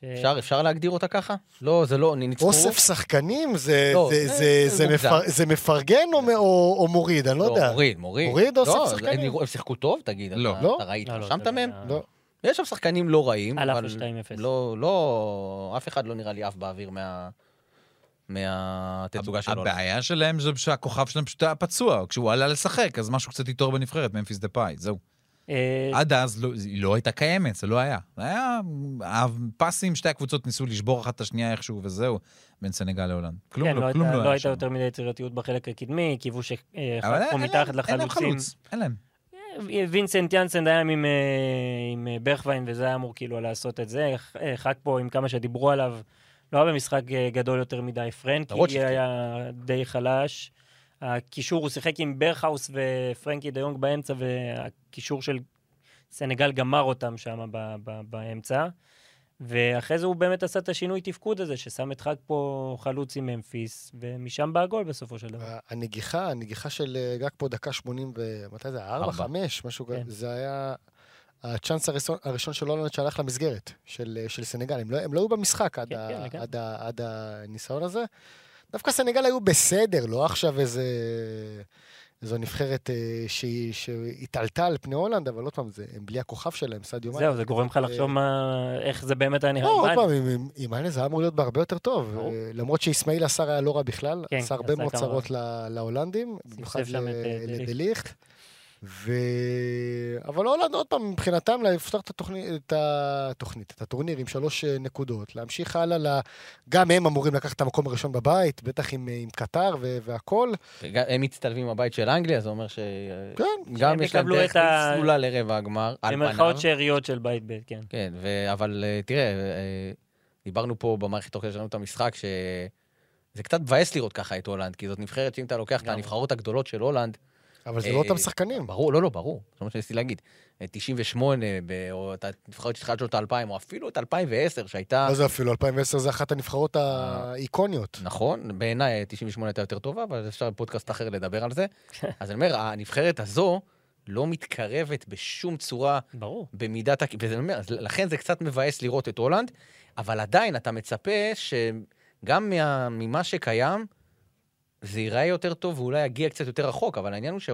[SPEAKER 3] ש-
[SPEAKER 2] אפשר אפשר להגדיר אותה ככה? לא, זה לא, ניצחו...
[SPEAKER 4] אוסף שחקנים זה-
[SPEAKER 2] לא,
[SPEAKER 4] זה-
[SPEAKER 2] זה-
[SPEAKER 4] זה-
[SPEAKER 2] זה
[SPEAKER 4] זה
[SPEAKER 2] מוגזם.
[SPEAKER 4] מפר- זה מפרגן או מ- או או מוריד? אני לא יודע.
[SPEAKER 2] מוריד, מוריד.
[SPEAKER 4] מוריד אוסף
[SPEAKER 2] לא, הם
[SPEAKER 4] שחקנים.
[SPEAKER 2] נראו- הם שיחקו טוב, תגיד.
[SPEAKER 5] לא.
[SPEAKER 2] אתה-
[SPEAKER 4] לא?
[SPEAKER 2] אתה ראית,
[SPEAKER 3] לא, לא,
[SPEAKER 2] רשמת
[SPEAKER 3] זה
[SPEAKER 2] מהם?
[SPEAKER 3] היה-
[SPEAKER 4] לא.
[SPEAKER 2] יש שם שחקנים לא רעים,
[SPEAKER 3] על אף
[SPEAKER 2] אבל...
[SPEAKER 3] ה-2-0.
[SPEAKER 2] לא, לא, אף אחד לא נראה לי עף באוויר מה... מהתצוגה של הולנד.
[SPEAKER 5] הבעיה שלהם זה שהכוכב שלהם פשוט היה פצוע. כשהוא עלה לשחק, אז משהו קצת התעורר בנבחרת, ממפיס דה פאי, זהו.
[SPEAKER 3] אה,
[SPEAKER 5] עד אז לא- היא לא הייתה קיימת, זה לא היה. זה היה הפסים, שתי הקבוצות ניסו לשבור אחת את השנייה איכשהו, וזהו, בין סנגל להולנד. כלום
[SPEAKER 3] כן,
[SPEAKER 5] לא,
[SPEAKER 3] הייתה-
[SPEAKER 5] כלום לא
[SPEAKER 3] לא
[SPEAKER 5] היה
[SPEAKER 3] הייתה
[SPEAKER 5] שם.
[SPEAKER 3] יותר מדי יצירתיות בחלק הקדמי, קיוו
[SPEAKER 5] אבל אין-
[SPEAKER 3] שחלקו
[SPEAKER 5] אין
[SPEAKER 3] מתחת
[SPEAKER 5] להם- אין להם
[SPEAKER 3] לחלוצים.
[SPEAKER 5] חלוץ, אין להם.
[SPEAKER 3] וינסנט יאנסן היה עם, אה, עם אה, ברכווין, וזה היה אמור כאילו לעשות את זה. אה, חק פה, עם כמה שדיברו עליו, לא היה במשחק אה, גדול יותר מדי.
[SPEAKER 2] למרות
[SPEAKER 3] פרנקי
[SPEAKER 2] שהפתיע.
[SPEAKER 3] היה די חלש. הקישור, הוא שיחק עם ברכהאוס ופרנקי דיונג באמצע, והקישור של סנגל גמר אותם שם ב- ב- באמצע. ואחרי זה הוא באמת עשה את השינוי תפקוד הזה, ששם את חג פה חלוץ עם ממפיס, ומשם בא הגול בסופו של
[SPEAKER 4] אה,
[SPEAKER 3] דבר.
[SPEAKER 4] הנגיחה, הנגיחה של אה, גג פה דקה 80 ו... מתי זה? 4,
[SPEAKER 5] ארבע.
[SPEAKER 4] 5, משהו כזה.
[SPEAKER 3] כן.
[SPEAKER 4] זה היה הצ'אנס הראשון, הראשון של הולנד שהלך למסגרת, של, אה, של סנגל. הם לא, הם לא היו במשחק עד,
[SPEAKER 3] כן,
[SPEAKER 4] ה,
[SPEAKER 3] כן, לגמרי.
[SPEAKER 4] עד, ה, עד הניסיון הזה. דווקא סנגל היו בסדר, לא עכשיו איזה... זו נבחרת אה, שהיא- שהתעלתה על פני הולנד, אבל עוד פעם, זה, הם בלי הכוכב שלהם, סעד יומיים.
[SPEAKER 3] זהו, זה גורם לך לחשוב מה- איך זה באמת היה נראה.
[SPEAKER 4] אה, לא,
[SPEAKER 3] עם מאנה.
[SPEAKER 4] עוד פעם, עם- עם- עם מאנה זה היה אמור להיות בהרבה יותר טוב.
[SPEAKER 3] ברור.
[SPEAKER 4] אה, למרות שאיסמעיל עשר היה לא רע בכלל,
[SPEAKER 3] כן,
[SPEAKER 4] עשה הרבה
[SPEAKER 3] עשה
[SPEAKER 4] מאוד
[SPEAKER 3] כמה-
[SPEAKER 4] צרות ל- להולנדים, במיוחד
[SPEAKER 3] שם את, אה,
[SPEAKER 4] ל-
[SPEAKER 3] דליכט.
[SPEAKER 4] לדליכט. ו... אבל הולנד, עוד פעם, מבחינתם, לפתוח את התוכנית, את התוכנית, את הטורניר עם שלוש אה, נקודות, להמשיך הלאה, ל... גם הם אמורים לקחת את המקום הראשון בבית, בטח עם, אה, עם קטר ו- והכול.
[SPEAKER 2] וגם- הם מצטלבים עם הבית של אנגליה, זה אומר שגם
[SPEAKER 4] כן,
[SPEAKER 3] שהם
[SPEAKER 2] יש להם
[SPEAKER 3] יקבלו
[SPEAKER 2] דרך
[SPEAKER 3] את ה-
[SPEAKER 2] סלולה לרבע הגמר, על פניו.
[SPEAKER 3] במרכאות שאריות של בית ב', כן.
[SPEAKER 2] כן, ו... אבל אה, תראה, אה, דיברנו פה במערכת תוך כדי שלנו את המשחק, ש... זה קצת מבאס לראות ככה את הולנד, כי זאת נבחרת שאם אתה לוקח את
[SPEAKER 3] לגמרי.
[SPEAKER 2] הנבחרות הגדולות של הולנד,
[SPEAKER 4] אבל זה
[SPEAKER 2] אה,
[SPEAKER 4] לא אותם שחקנים.
[SPEAKER 2] ברור, לא, לא, ברור, זה מה שניסיתי להגיד. אה, 98, ב- או את הנבחרת שהתחילת שנות האלפיים, או אפילו את 2010, שהייתה...
[SPEAKER 4] לא זה אפילו, 2010 זה אחת הנבחרות
[SPEAKER 3] אה.
[SPEAKER 4] האיקוניות.
[SPEAKER 2] נכון, בעיניי 98 הייתה יותר טובה, אבל אפשר בפודקאסט אחר לדבר על זה. אז אני אומר, הנבחרת הזו לא מתקרבת בשום צורה
[SPEAKER 3] ברור.
[SPEAKER 2] במידת... הכ- וזה אומר, אז לכן זה קצת מבאס לראות את הולנד, אבל עדיין אתה מצפה שגם מה, ממה שקיים, זה ייראה יותר טוב ואולי יגיע קצת יותר רחוק, אבל העניין הוא ש...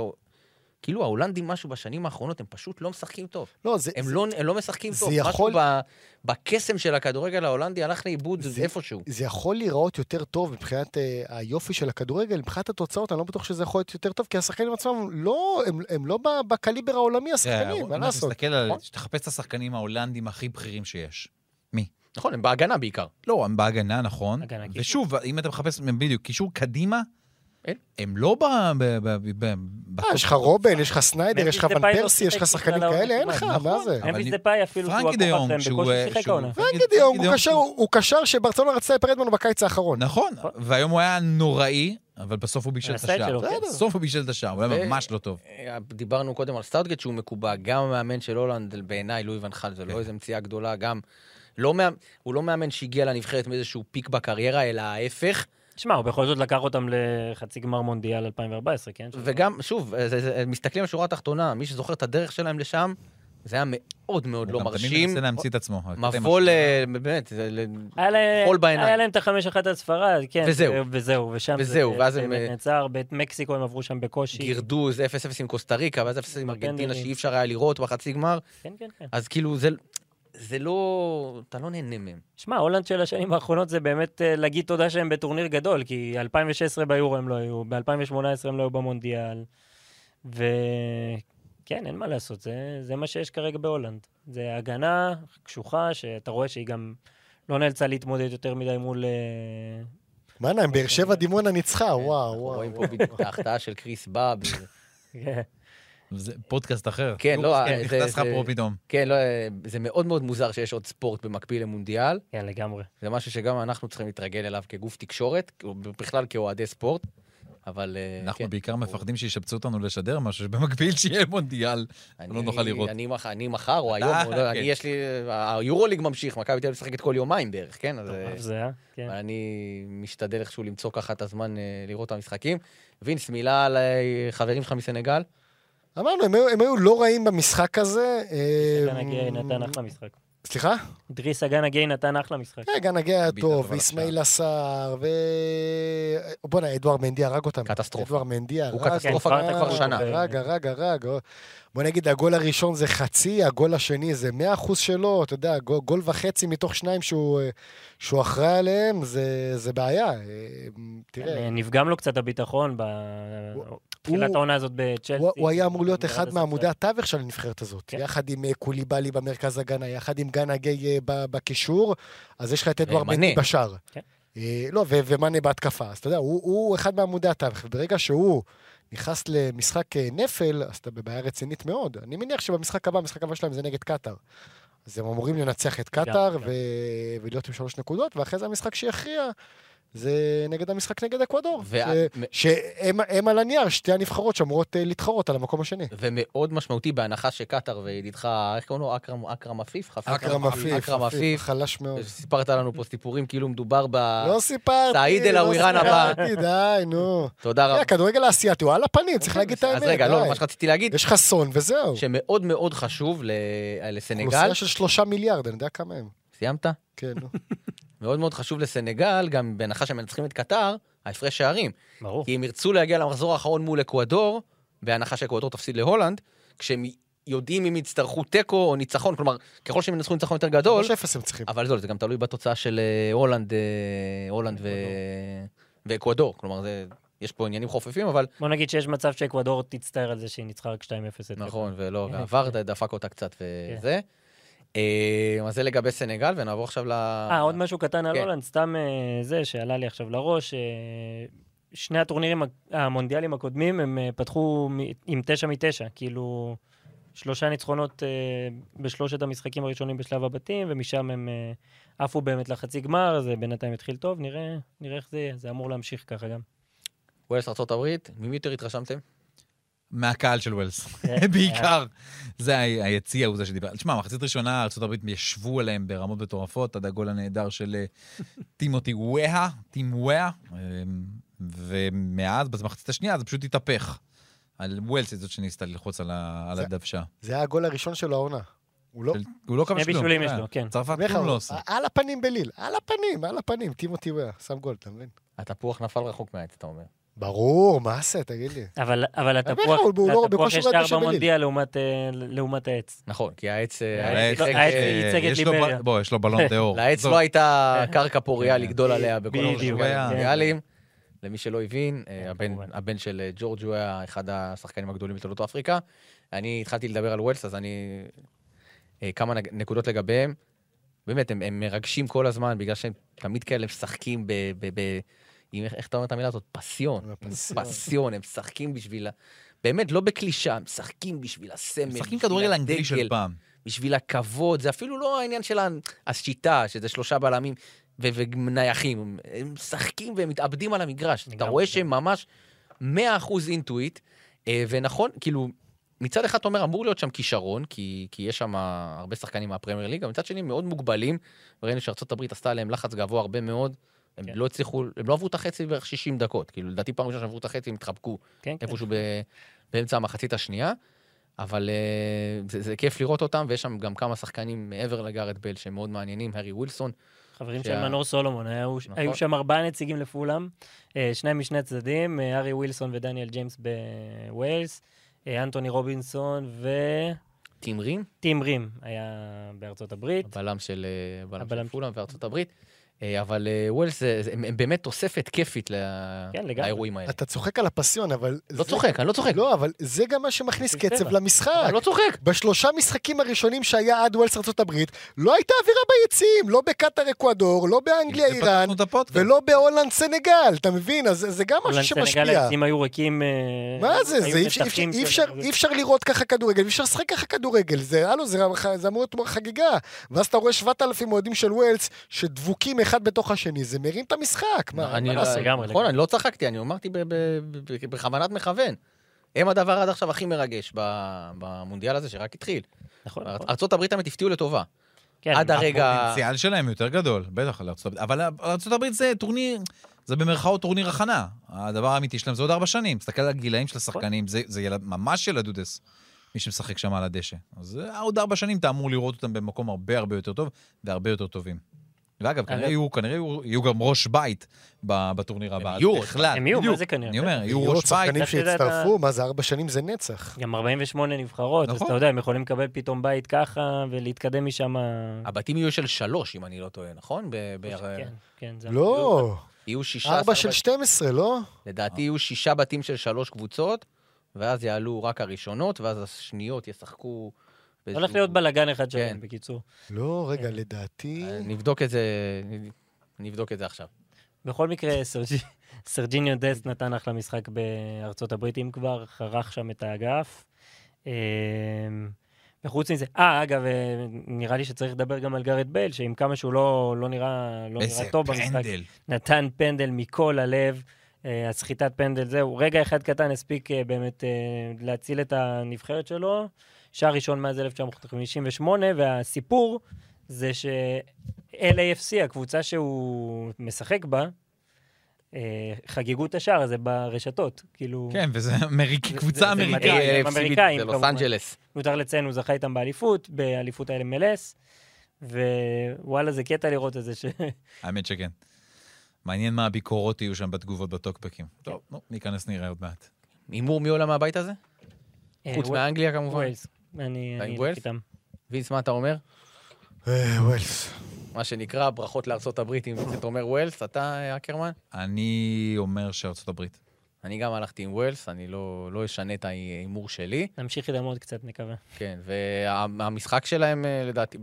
[SPEAKER 2] כאילו ההולנדים משהו בשנים האחרונות, הם פשוט לא משחקים טוב.
[SPEAKER 4] לא, זה...
[SPEAKER 2] הם לא, הם לא משחקים
[SPEAKER 4] זה
[SPEAKER 2] טוב.
[SPEAKER 4] יכול-
[SPEAKER 2] משהו ב, בקסם של הכדורגל ההולנדי הלך לאיבוד
[SPEAKER 4] זה-
[SPEAKER 2] איפשהו.
[SPEAKER 4] זה יכול להיראות יותר טוב מבחינת אה, היופי של הכדורגל, מבחינת התוצאות, אני לא בטוח שזה יכול להיות יותר טוב, כי השחקנים עצמם לא, הם, הם לא ב- בקליבר העולמי, השחקנים, אה, מה
[SPEAKER 5] אם אתה
[SPEAKER 4] לעשות?
[SPEAKER 5] מסתכל על...
[SPEAKER 2] נכון.
[SPEAKER 5] תחפש את השחקנים ההולנדים הכי בכירים שיש.
[SPEAKER 2] נכון, הם בהגנה בעיקר.
[SPEAKER 5] לא, הם בהגנה, נכון.
[SPEAKER 3] הגנה, קישור.
[SPEAKER 5] ושוב, אם אתה מחפש, הם בדיוק, קישור קדימה,
[SPEAKER 2] אין.
[SPEAKER 5] הם לא ב... ב- ב- ב-
[SPEAKER 4] אה,
[SPEAKER 5] בטופ.
[SPEAKER 4] יש לך רובן, יש לך סניידר, יש לך
[SPEAKER 3] ממפיס
[SPEAKER 4] ון
[SPEAKER 3] דפאי לא
[SPEAKER 4] פרסי, יש לך
[SPEAKER 3] שיחק
[SPEAKER 4] שחקנים
[SPEAKER 3] בכלל
[SPEAKER 4] כאלה, אין לך,
[SPEAKER 5] העונה.
[SPEAKER 4] מה
[SPEAKER 5] נכון.
[SPEAKER 4] זה?
[SPEAKER 5] אבל
[SPEAKER 3] ממפיס
[SPEAKER 5] אם-
[SPEAKER 3] דה פאי אפילו שהוא
[SPEAKER 5] פרנקי
[SPEAKER 3] הכוכב
[SPEAKER 5] דה יונג,
[SPEAKER 3] שלהם,
[SPEAKER 5] שהוא...
[SPEAKER 2] אה,
[SPEAKER 5] אה,
[SPEAKER 3] בקושי שיחק
[SPEAKER 5] שהוא-
[SPEAKER 3] העונה.
[SPEAKER 4] פרנקי דה יונג, הוא
[SPEAKER 5] יונג
[SPEAKER 4] קשר- הוא קשר שברצלונה רצתה להיפרד ממנו בקיץ האחרון.
[SPEAKER 5] נכון,
[SPEAKER 3] נכון.
[SPEAKER 5] והיום הוא היה נוראי, אבל בסוף הוא בישל את
[SPEAKER 3] עשה את
[SPEAKER 5] השער.
[SPEAKER 3] שלו, כן.
[SPEAKER 5] בסוף הוא בישל את השער, הוא היה
[SPEAKER 2] ו-
[SPEAKER 5] ממש לא טוב.
[SPEAKER 2] אה, דיברנו קודם על סטאוטגט שהוא מקובע, גם המאמן של הולנד, בעיניי, לואי ונחל,
[SPEAKER 5] כן.
[SPEAKER 2] זה לא איזו מציאה גדולה, גם... לא מאמן, הוא לא מאמן שהגיע לנבחרת מאיזשהו פיק בקריירה, אלא ההפך.
[SPEAKER 3] שמע, הוא בכל זאת לקח אותם לחצי גמר מונדיאל 2014, כן?
[SPEAKER 2] וגם, שוב, אה, זה, זה, מסתכלים על שורה התחתונה, מי שזוכר את הדרך שלהם לשם, זה היה מאוד מאוד לא
[SPEAKER 5] הוא גם תמיד
[SPEAKER 2] מרשים.
[SPEAKER 5] מנסה להמציא את עצמו. הקטע עם
[SPEAKER 2] מבוא, ל...
[SPEAKER 5] השער.
[SPEAKER 2] באמת, זה ל-
[SPEAKER 3] היה להם-
[SPEAKER 2] חול בעיניים.
[SPEAKER 3] היה להם את החמש אחת על ספרד, כן.
[SPEAKER 2] וזהו.
[SPEAKER 3] וזהו, ושם
[SPEAKER 2] וזהו, ואז הם,
[SPEAKER 3] באמת
[SPEAKER 2] אה,
[SPEAKER 3] נעצר, בית מקסיקו הם עברו שם בקושי.
[SPEAKER 2] גירדו, זה 0-0 עם קוסטה ריקה, ואז 0-0 עם ארגנטינה,
[SPEAKER 3] הפנדלים.
[SPEAKER 2] שאי אפשר היה לראות בחצי גמר,
[SPEAKER 3] כן, כן, כן.
[SPEAKER 2] אז כאילו, זה, זה לא... אתה לא נהנה מהם.
[SPEAKER 3] שמע, הולנד של השנים האחרונות זה באמת אה, להגיד תודה שהם בטורניר גדול, כי 2016 ביורו הם לא היו, ב-2018 הם לא היו במונדיאל, וכן, אין מה לעשות, זה, זה מה שיש כרגע בהולנד. זה הגנה קשוחה, שאתה רואה שהיא גם לא נאלצה להתמודד יותר מדי מול... אה, [LAUGHS]
[SPEAKER 4] מה הם באר שבע דימונה ניצחה, וואו,
[SPEAKER 2] אנחנו
[SPEAKER 4] וואו.
[SPEAKER 2] רואים פה בדיוק את ההחטאה של קריס באב.
[SPEAKER 5] זה פודקאסט אחר.
[SPEAKER 2] כן, לא,
[SPEAKER 5] כן,
[SPEAKER 2] זה-
[SPEAKER 5] נכנס לך
[SPEAKER 2] זה-
[SPEAKER 5] פה פתאום.
[SPEAKER 2] כן, לא, אה, זה מאוד מאוד מוזר שיש עוד ספורט במקביל למונדיאל.
[SPEAKER 3] כן, לגמרי.
[SPEAKER 2] זה משהו שגם אנחנו צריכים להתרגל אליו כגוף תקשורת, או בכלל כאוהדי ספורט. אבל... אה,
[SPEAKER 5] אנחנו
[SPEAKER 2] כן.
[SPEAKER 5] בעיקר מפחדים שישבצו אותנו לשדר משהו, שבמקביל שיהיה מונדיאל.
[SPEAKER 2] אני-
[SPEAKER 5] לא נוכל לראות.
[SPEAKER 2] אני מח- אני מחר או היום,
[SPEAKER 5] אה,
[SPEAKER 2] או לא, אני
[SPEAKER 5] כן.
[SPEAKER 2] יש לי... היורוליג ממשיך, מכבי תל אביב משחקת כל יומיים בערך, כן? אז... אה,
[SPEAKER 3] מטורף זה היה, כן.
[SPEAKER 2] אבל אני משתדל איכשהו למצוא ככה את הזמן אה, לראות את המשחקים. וינס, מילה על אה, חברים שלך מסנגל?
[SPEAKER 4] אמרנו, הם היו- הם היו לא רעים במשחק הזה. אה,
[SPEAKER 3] דריסה גנגי נתן אחלה משחק.
[SPEAKER 4] סליחה?
[SPEAKER 3] דריסה גנגי נתן אחלה משחק.
[SPEAKER 4] כן, גנגי היה
[SPEAKER 5] בעיטה
[SPEAKER 4] טוב,
[SPEAKER 5] טובה
[SPEAKER 4] ואיסמעיל אסר, ו... בוא'נה, אדואר מנדי הרג אותם.
[SPEAKER 2] קטסטרופה.
[SPEAKER 4] אדואר מנדי הרג
[SPEAKER 2] הוא קטסטרופה
[SPEAKER 3] כן,
[SPEAKER 2] כבר
[SPEAKER 3] אה,
[SPEAKER 2] שנה.
[SPEAKER 4] הרג, הרג, הרג. בוא נגיד, הגול הראשון זה חצי, הגול השני זה 100% שלו, אתה יודע, גול, גול וחצי מתוך שניים שהוא, אה, שהוא אחראי עליהם, זה, זה בעיה. אה, תראה,
[SPEAKER 3] אה, נפגם לו קצת הביטחון
[SPEAKER 4] הוא-
[SPEAKER 3] בתחילת
[SPEAKER 4] הוא-
[SPEAKER 3] העונה הזאת בצ'לסי.
[SPEAKER 4] הוא, הוא היה אמור להיות
[SPEAKER 3] ירד
[SPEAKER 4] אחד
[SPEAKER 3] לספסל.
[SPEAKER 4] מעמודי התווך של הנבחרת הזאת.
[SPEAKER 3] כן.
[SPEAKER 4] יחד עם אה, קוליבאלי במרכז הגנה, יחד עם גן הגיי אה, ב- בקישור, אז יש לך את אדואר
[SPEAKER 2] ומנה.
[SPEAKER 4] מני בשער.
[SPEAKER 3] כן.
[SPEAKER 4] אה, לא, ו- ומאנה בהתקפה. אז אתה יודע, הוא, הוא אחד מעמודי התווך. ברגע שהוא נכנס למשחק אה, נפל, אז אתה בבעיה רצינית מאוד. אני מניח שבמשחק הבא, המשחק הבא שלהם זה נגד קטאר. אז הם אמורים לנצח את
[SPEAKER 3] גם,
[SPEAKER 4] קטאר
[SPEAKER 3] גם.
[SPEAKER 4] ו... ולהיות עם שלוש נקודות, ואחרי זה המשחק שיכריע זה נגד המשחק נגד אקוודור.
[SPEAKER 2] וה-
[SPEAKER 4] ש- שהם הם על הנייר, שתי הנבחרות שאמורות אה, להתחרות על המקום השני.
[SPEAKER 2] ומאוד משמעותי, בהנחה שקטאר וידידך, איך קוראים לו? אכרם- אכרם עפיף? חפיף?
[SPEAKER 4] אכרם עפיף,
[SPEAKER 2] אכרם עפיף.
[SPEAKER 4] חלש מאוד.
[SPEAKER 2] סיפרת לנו פה סיפורים כאילו מדובר ב...
[SPEAKER 4] לא סיפרתי,
[SPEAKER 2] סעיד אל-אווירן
[SPEAKER 4] לא
[SPEAKER 2] הבא.
[SPEAKER 4] סיפרתי, די,
[SPEAKER 2] [LAUGHS]
[SPEAKER 4] נו.
[SPEAKER 2] תודה
[SPEAKER 4] תראה,
[SPEAKER 2] רבה.
[SPEAKER 4] הכדורגל האסייתי הוא על הפנים, צריך להגיד את האמת.
[SPEAKER 2] אז רגע,
[SPEAKER 4] די.
[SPEAKER 2] לא, מה שרציתי להגיד,
[SPEAKER 4] יש לך סון וזהו.
[SPEAKER 2] שמאוד מאוד חשוב ל- לסנגל,
[SPEAKER 4] אוכלוסייה של שלושה מיליארד, אני יודע כמה הם.
[SPEAKER 2] סיימת?
[SPEAKER 4] כן, נו.
[SPEAKER 2] מאוד מאוד חשוב לסנגל, גם בהנחה שהם מנצחים את קטר, ההפרש שערים.
[SPEAKER 3] ברור.
[SPEAKER 2] כי הם ירצו להגיע למחזור האחרון מול אקוודור, בהנחה שאקוודור תפסיד להולנד, כשהם יודעים אם יצטרכו תיקו או ניצחון, כלומר, ככל שהם ינצחו ניצחון יותר גדול,
[SPEAKER 4] שלוש אפס לא הם צריכים.
[SPEAKER 2] אבל זו, זה גם תלוי בתוצאה של אה, הולנד, אה, הולנד ו... ואקוודור, כלומר, זה, יש פה עניינים חופפים, אבל
[SPEAKER 3] בוא נגיד שיש מצב שאקוודור תצטער על זה שהיא ניצחה רק 2-0. את
[SPEAKER 2] נכון, ולא,
[SPEAKER 3] כן,
[SPEAKER 2] ועבר,
[SPEAKER 3] כן.
[SPEAKER 2] דפק אותה קצת וזה. אה, אז זה לגבי סנגל, ונעבור עכשיו ל...
[SPEAKER 3] אה, עוד משהו קטן על
[SPEAKER 2] כן.
[SPEAKER 3] הולנד, סתם אה, זה שעלה לי עכשיו לראש. אה, שני הטורנירים ה- המונדיאלים הקודמים, הם אה, פתחו מ- עם תשע מתשע, כאילו שלושה ניצחונות אה, בשלושת המשחקים הראשונים בשלב הבתים, ומשם הם אה, עפו באמת לחצי גמר, זה בינתיים התחיל טוב, נראה נראה איך זה יהיה, זה אמור להמשיך ככה גם.
[SPEAKER 2] ווילס ארה"ב, ממי יותר התרשמתם?
[SPEAKER 5] מהקהל של ווילס,
[SPEAKER 3] כן,
[SPEAKER 5] [LAUGHS] בעיקר. זה ה- היציע הוא זה שדיבר. תשמע, מחצית ראשונה ארה"ב ישבו עליהם ברמות מטורפות, עד הגול הנהדר של אה, טימותי וואה, טים וואה, אה, ומאז, במחצית השנייה זה פשוט התהפך. על ווילס היא זאת שניסתה ללחוץ על ה- על
[SPEAKER 4] זה-
[SPEAKER 5] הדוושה.
[SPEAKER 4] זה היה הגול הראשון של העונה. הוא לא...
[SPEAKER 5] של- הוא לא כבש כלום.
[SPEAKER 3] שני בישולים יש
[SPEAKER 5] אה,
[SPEAKER 3] לו, כן.
[SPEAKER 5] צרפת
[SPEAKER 4] אומר לך,
[SPEAKER 5] כלום
[SPEAKER 4] הוא-
[SPEAKER 5] לא
[SPEAKER 4] אה,
[SPEAKER 5] עושה.
[SPEAKER 4] על הפנים בליל, על הפנים, על הפנים. טימותי וויה, שם גול, אתה מבין?
[SPEAKER 2] התפוח נפל רחוק מהעץ, אתה אומר.
[SPEAKER 4] ברור, מה זה, תגיד לי.
[SPEAKER 3] אבל אבל
[SPEAKER 4] לך,
[SPEAKER 3] התפוח
[SPEAKER 4] הוא- הוא לא-
[SPEAKER 3] לתפוח
[SPEAKER 4] בקושי
[SPEAKER 3] יש
[SPEAKER 4] רואה את
[SPEAKER 3] ארבע
[SPEAKER 4] השבליל.
[SPEAKER 3] מונדיאל לעומת, אה, לעומת העץ.
[SPEAKER 2] נכון, כי העץ... אה,
[SPEAKER 5] העץ-
[SPEAKER 2] שיחק,
[SPEAKER 3] לא, העץ
[SPEAKER 2] אה,
[SPEAKER 3] ייצג את
[SPEAKER 5] יש לו ב-
[SPEAKER 3] ליבריה.
[SPEAKER 5] בוא, יש לו בלון דאור.
[SPEAKER 2] לעץ
[SPEAKER 5] זו-
[SPEAKER 2] לא הייתה קרקע פוריה
[SPEAKER 5] כן.
[SPEAKER 2] לגדול עליה בכל
[SPEAKER 3] בדיוק,
[SPEAKER 2] המשחקים
[SPEAKER 5] כן.
[SPEAKER 2] המונדיאליים. למי שלא הבין, אה,
[SPEAKER 3] כן,
[SPEAKER 2] הבן-
[SPEAKER 3] כמובן.
[SPEAKER 2] הבן של אה, ג'ורג' הוא היה אחד השחקנים הגדולים בתולדות אפריקה. אני התחלתי לדבר על ווילס, אז אני... אה, כמה נג- נקודות לגביהם. באמת, הם- הם מרגשים כל הזמן, בגלל שהם תמיד כאלה משחקים ב... ב- ב- עם, איך- איך אתה אומר את המילה הזאת? פסיון. עם
[SPEAKER 4] פסיון.
[SPEAKER 2] פסיון, הם משחקים בשביל... ה- באמת, לא בקלישה, הם משחקים בשביל הסמל.
[SPEAKER 5] משחקים
[SPEAKER 2] בשביל
[SPEAKER 5] כדורגל אנגלי
[SPEAKER 2] הדגל.
[SPEAKER 5] של פעם.
[SPEAKER 2] בשביל הכבוד, זה אפילו לא העניין של ה- השיטה, שזה שלושה בלמים ו- ונייחים. הם משחקים והם מתאבדים על המגרש. אתה
[SPEAKER 3] לגמרי,
[SPEAKER 2] רואה
[SPEAKER 3] לגמרי.
[SPEAKER 2] שהם ממש 100% אינטואיט, אה, ונכון, כאילו, מצד אחד אתה אומר, אמור להיות שם כישרון, כי, כי יש שם הרבה שחקנים מהפרמייר ליג, אבל מצד שני הם מאוד מוגבלים, וראינו שארצות הברית עשתה עליהם לחץ גבוה הרבה מאוד. הם
[SPEAKER 3] כן.
[SPEAKER 2] לא הצליחו, הם לא עברו את החצי בערך 60 דקות. כאילו, לדעתי פעם ראשונה שעברו את החצי, הם התחבקו.
[SPEAKER 3] כן, כן.
[SPEAKER 2] איפשהו ב, באמצע המחצית השנייה, אבל אה, זה, זה כיף לראות אותם, ויש שם גם כמה שחקנים מעבר לגארד בל שהם מאוד מעניינים, הארי ווילסון,
[SPEAKER 3] חברים
[SPEAKER 2] שה-
[SPEAKER 3] של מנור סולומון, היו,
[SPEAKER 2] נכון.
[SPEAKER 3] היו שם ארבעה נציגים לפולאם, אה, שניים משני הצדדים, אה, ארי ווילסון ודניאל ג'יימס בווילס, אה, אנטוני רובינסון
[SPEAKER 2] טים
[SPEAKER 3] וטים
[SPEAKER 2] רים,
[SPEAKER 3] רים היה בארצות הברית.
[SPEAKER 2] הבלם של, אה, הבלם של
[SPEAKER 3] הבלם.
[SPEAKER 2] פולאם וארצות הברית, אה, אבל אה, ווילס זה- זה- הם הם באמת תוספת כיפית ל-
[SPEAKER 3] כן, לגמרי.
[SPEAKER 2] לאירועים האלה.
[SPEAKER 4] אתה צוחק על הפסיון, אבל...
[SPEAKER 2] לא
[SPEAKER 4] זה-
[SPEAKER 2] צוחק, אני לא צוחק,
[SPEAKER 4] לא, אבל זה גם מה שמכניס
[SPEAKER 3] זה
[SPEAKER 4] קצב
[SPEAKER 3] טבע.
[SPEAKER 4] למשחק.
[SPEAKER 2] אני לא צוחק.
[SPEAKER 4] בשלושה משחקים הראשונים שהיה עד ווילס ארצות הברית, לא הייתה אווירה ביציעים, לא בקטאר אקוודור, לא באנגליה
[SPEAKER 5] עם זה
[SPEAKER 4] איראן,
[SPEAKER 5] פתחנו את הפודקאסט.
[SPEAKER 4] ולא בהולנד סנגל, אתה מבין? אז זה- זה גם משהו
[SPEAKER 3] לא- הולנד, סנגל
[SPEAKER 4] שמשפיע.
[SPEAKER 3] העצים היו ריקים. אה,
[SPEAKER 4] מה זה?
[SPEAKER 3] היו
[SPEAKER 4] זה אי אפשר-
[SPEAKER 3] נפתחים
[SPEAKER 4] אי
[SPEAKER 3] של-
[SPEAKER 4] אפשר-
[SPEAKER 3] זה-
[SPEAKER 4] אי אפשר לראות ככה כדורגל, אי אפשר לשחק ככה כדורגל. זה הלו, זה זה אמור להיות חגיגה. ואז אתה רואה 7,000 אוהדים של ווילס שדבוקים אחד בתוך השני, זה מרים את המשחק. מה,
[SPEAKER 2] אני
[SPEAKER 4] מה
[SPEAKER 2] לא...
[SPEAKER 4] לעשות?
[SPEAKER 3] לגמרי,
[SPEAKER 2] נכון,
[SPEAKER 3] לגמרי.
[SPEAKER 2] אני לא צחקתי, אני אמרתי ב- ב- ב- בכוונת מכוון. הם הדבר עד עכשיו הכי מרגש ב- במונדיאל הזה שרק התחיל.
[SPEAKER 3] נכון, נכון.
[SPEAKER 2] ארה"ב באמת הפתיעו לטובה.
[SPEAKER 3] כן,
[SPEAKER 2] עד
[SPEAKER 3] מה-
[SPEAKER 2] הרגע...
[SPEAKER 5] הפוטנציאל שלהם יותר גדול, בטח לארה"ב. אבל ארה"ב זה טורניר, זה במרכאות טורניר הכנה. הדבר האמיתי שלהם זה עוד ארבע שנים. תסתכל על הגילאים של השחקנים, זה, זה ילד, ממש ילדודס, מי שמשחק שם על הדשא. אז אה, עוד ארבע שנים אתה אמור לראות אותם במקום הרבה הרבה יותר טוב, והרבה יותר טובים. ואגב, כנראה
[SPEAKER 3] אגב-
[SPEAKER 5] יהיו, כנראה יהיו, יהיו גם ראש בית ב- בטורניר הבא. אז
[SPEAKER 2] יהיו ראש
[SPEAKER 5] בכלל,
[SPEAKER 3] נכון. הם יהיו, מה
[SPEAKER 5] בדיוק.
[SPEAKER 3] זה כנראה?
[SPEAKER 5] אני אומר, יהיו
[SPEAKER 4] יהיו עוד
[SPEAKER 5] ראש בית.
[SPEAKER 4] שחקנים
[SPEAKER 3] אתה יודע, אתה-
[SPEAKER 4] שהצטרפו, מה זה, ארבע שנים זה נצח.
[SPEAKER 3] גם 48 נבחרות, אז
[SPEAKER 5] נכון.
[SPEAKER 3] אתה יודע, הם יכולים לקבל פתאום בית ככה ולהתקדם משם.
[SPEAKER 2] הבתים יהיו של שלוש, אם אני לא טועה, נכון? ב- ב-
[SPEAKER 3] כן, כן, זה...
[SPEAKER 4] לא,
[SPEAKER 2] יהיו שישה...
[SPEAKER 4] ארבע
[SPEAKER 2] עשרה
[SPEAKER 4] של
[SPEAKER 2] בתים.
[SPEAKER 4] 12, לא?
[SPEAKER 3] אה.
[SPEAKER 2] לדעתי יהיו שישה בתים של שלוש קבוצות, ואז יעלו רק הראשונות, ואז השניות ישחקו...
[SPEAKER 3] הולך
[SPEAKER 2] באיזשהו-
[SPEAKER 3] להיות בלאגן אחד
[SPEAKER 2] כן.
[SPEAKER 3] שלהם, בקיצור.
[SPEAKER 4] לא, רגע, לדעתי...
[SPEAKER 2] אה, נבדוק את זה, נבדוק את זה עכשיו.
[SPEAKER 3] בכל מקרה, סרג'- סרג'יניו דסט נתן אחלה משחק בארצות הברית, אם כבר, חרך שם את האגף. אמ, וחוץ מזה, אה, אגב, אה, נראה לי שצריך לדבר גם על גארד בייל, שעם כמה שהוא לא, לא, נראה, לא
[SPEAKER 5] איזה
[SPEAKER 3] נראה טוב במשחק,
[SPEAKER 5] פנדל.
[SPEAKER 3] נתן פנדל מכל הלב, אה, הסחיטת פנדל, זהו, רגע אחד קטן הספיק אה, באמת אה, להציל את הנבחרת שלו, שער ראשון מאז 1958, והסיפור זה ש-LAFC, הקבוצה שהוא משחק בה, אה, חגגו את השער הזה ברשתות, כאילו...
[SPEAKER 5] כן, וזה אמריק-
[SPEAKER 3] זה-
[SPEAKER 5] קבוצה
[SPEAKER 3] זה- זה
[SPEAKER 5] אמריקאית.
[SPEAKER 3] מדהים.
[SPEAKER 2] אה,
[SPEAKER 3] הם
[SPEAKER 2] LFC
[SPEAKER 3] אמריקאים,
[SPEAKER 2] זה לוס
[SPEAKER 3] כמובן.
[SPEAKER 2] אנג'לס.
[SPEAKER 3] מיותר לציין, הוא זכה איתם באליפות, באליפות ה-MLS, ווואלה, זה קטע לראות את זה ש...
[SPEAKER 5] האמת שכן. מעניין מה הביקורות יהיו שם בתגובות בטוקבקים. טוב, נו, ניכנס נראה עוד מעט.
[SPEAKER 2] הימור מי עולה מהבית הזה? חוץ מאנגליה כמובן.
[SPEAKER 3] אה, ווילס. אני
[SPEAKER 2] אתה עם
[SPEAKER 3] אני
[SPEAKER 2] ווילס?
[SPEAKER 3] איתם.
[SPEAKER 2] וינס, מה אתה אומר?
[SPEAKER 4] אה, ווילס.
[SPEAKER 2] מה שנקרא, ברכות לארצות הברית, אם אתה אומר ווילס, אתה, אה, אקרמן?
[SPEAKER 5] אני אומר שארצות הברית.
[SPEAKER 2] אני גם הלכתי עם ווילס, אני לא לא אשנה את ההימור שלי.
[SPEAKER 3] נמשיך איתם עוד קצת, נקווה.
[SPEAKER 2] כן, והמשחק שלהם, אה, לדעתי, ב...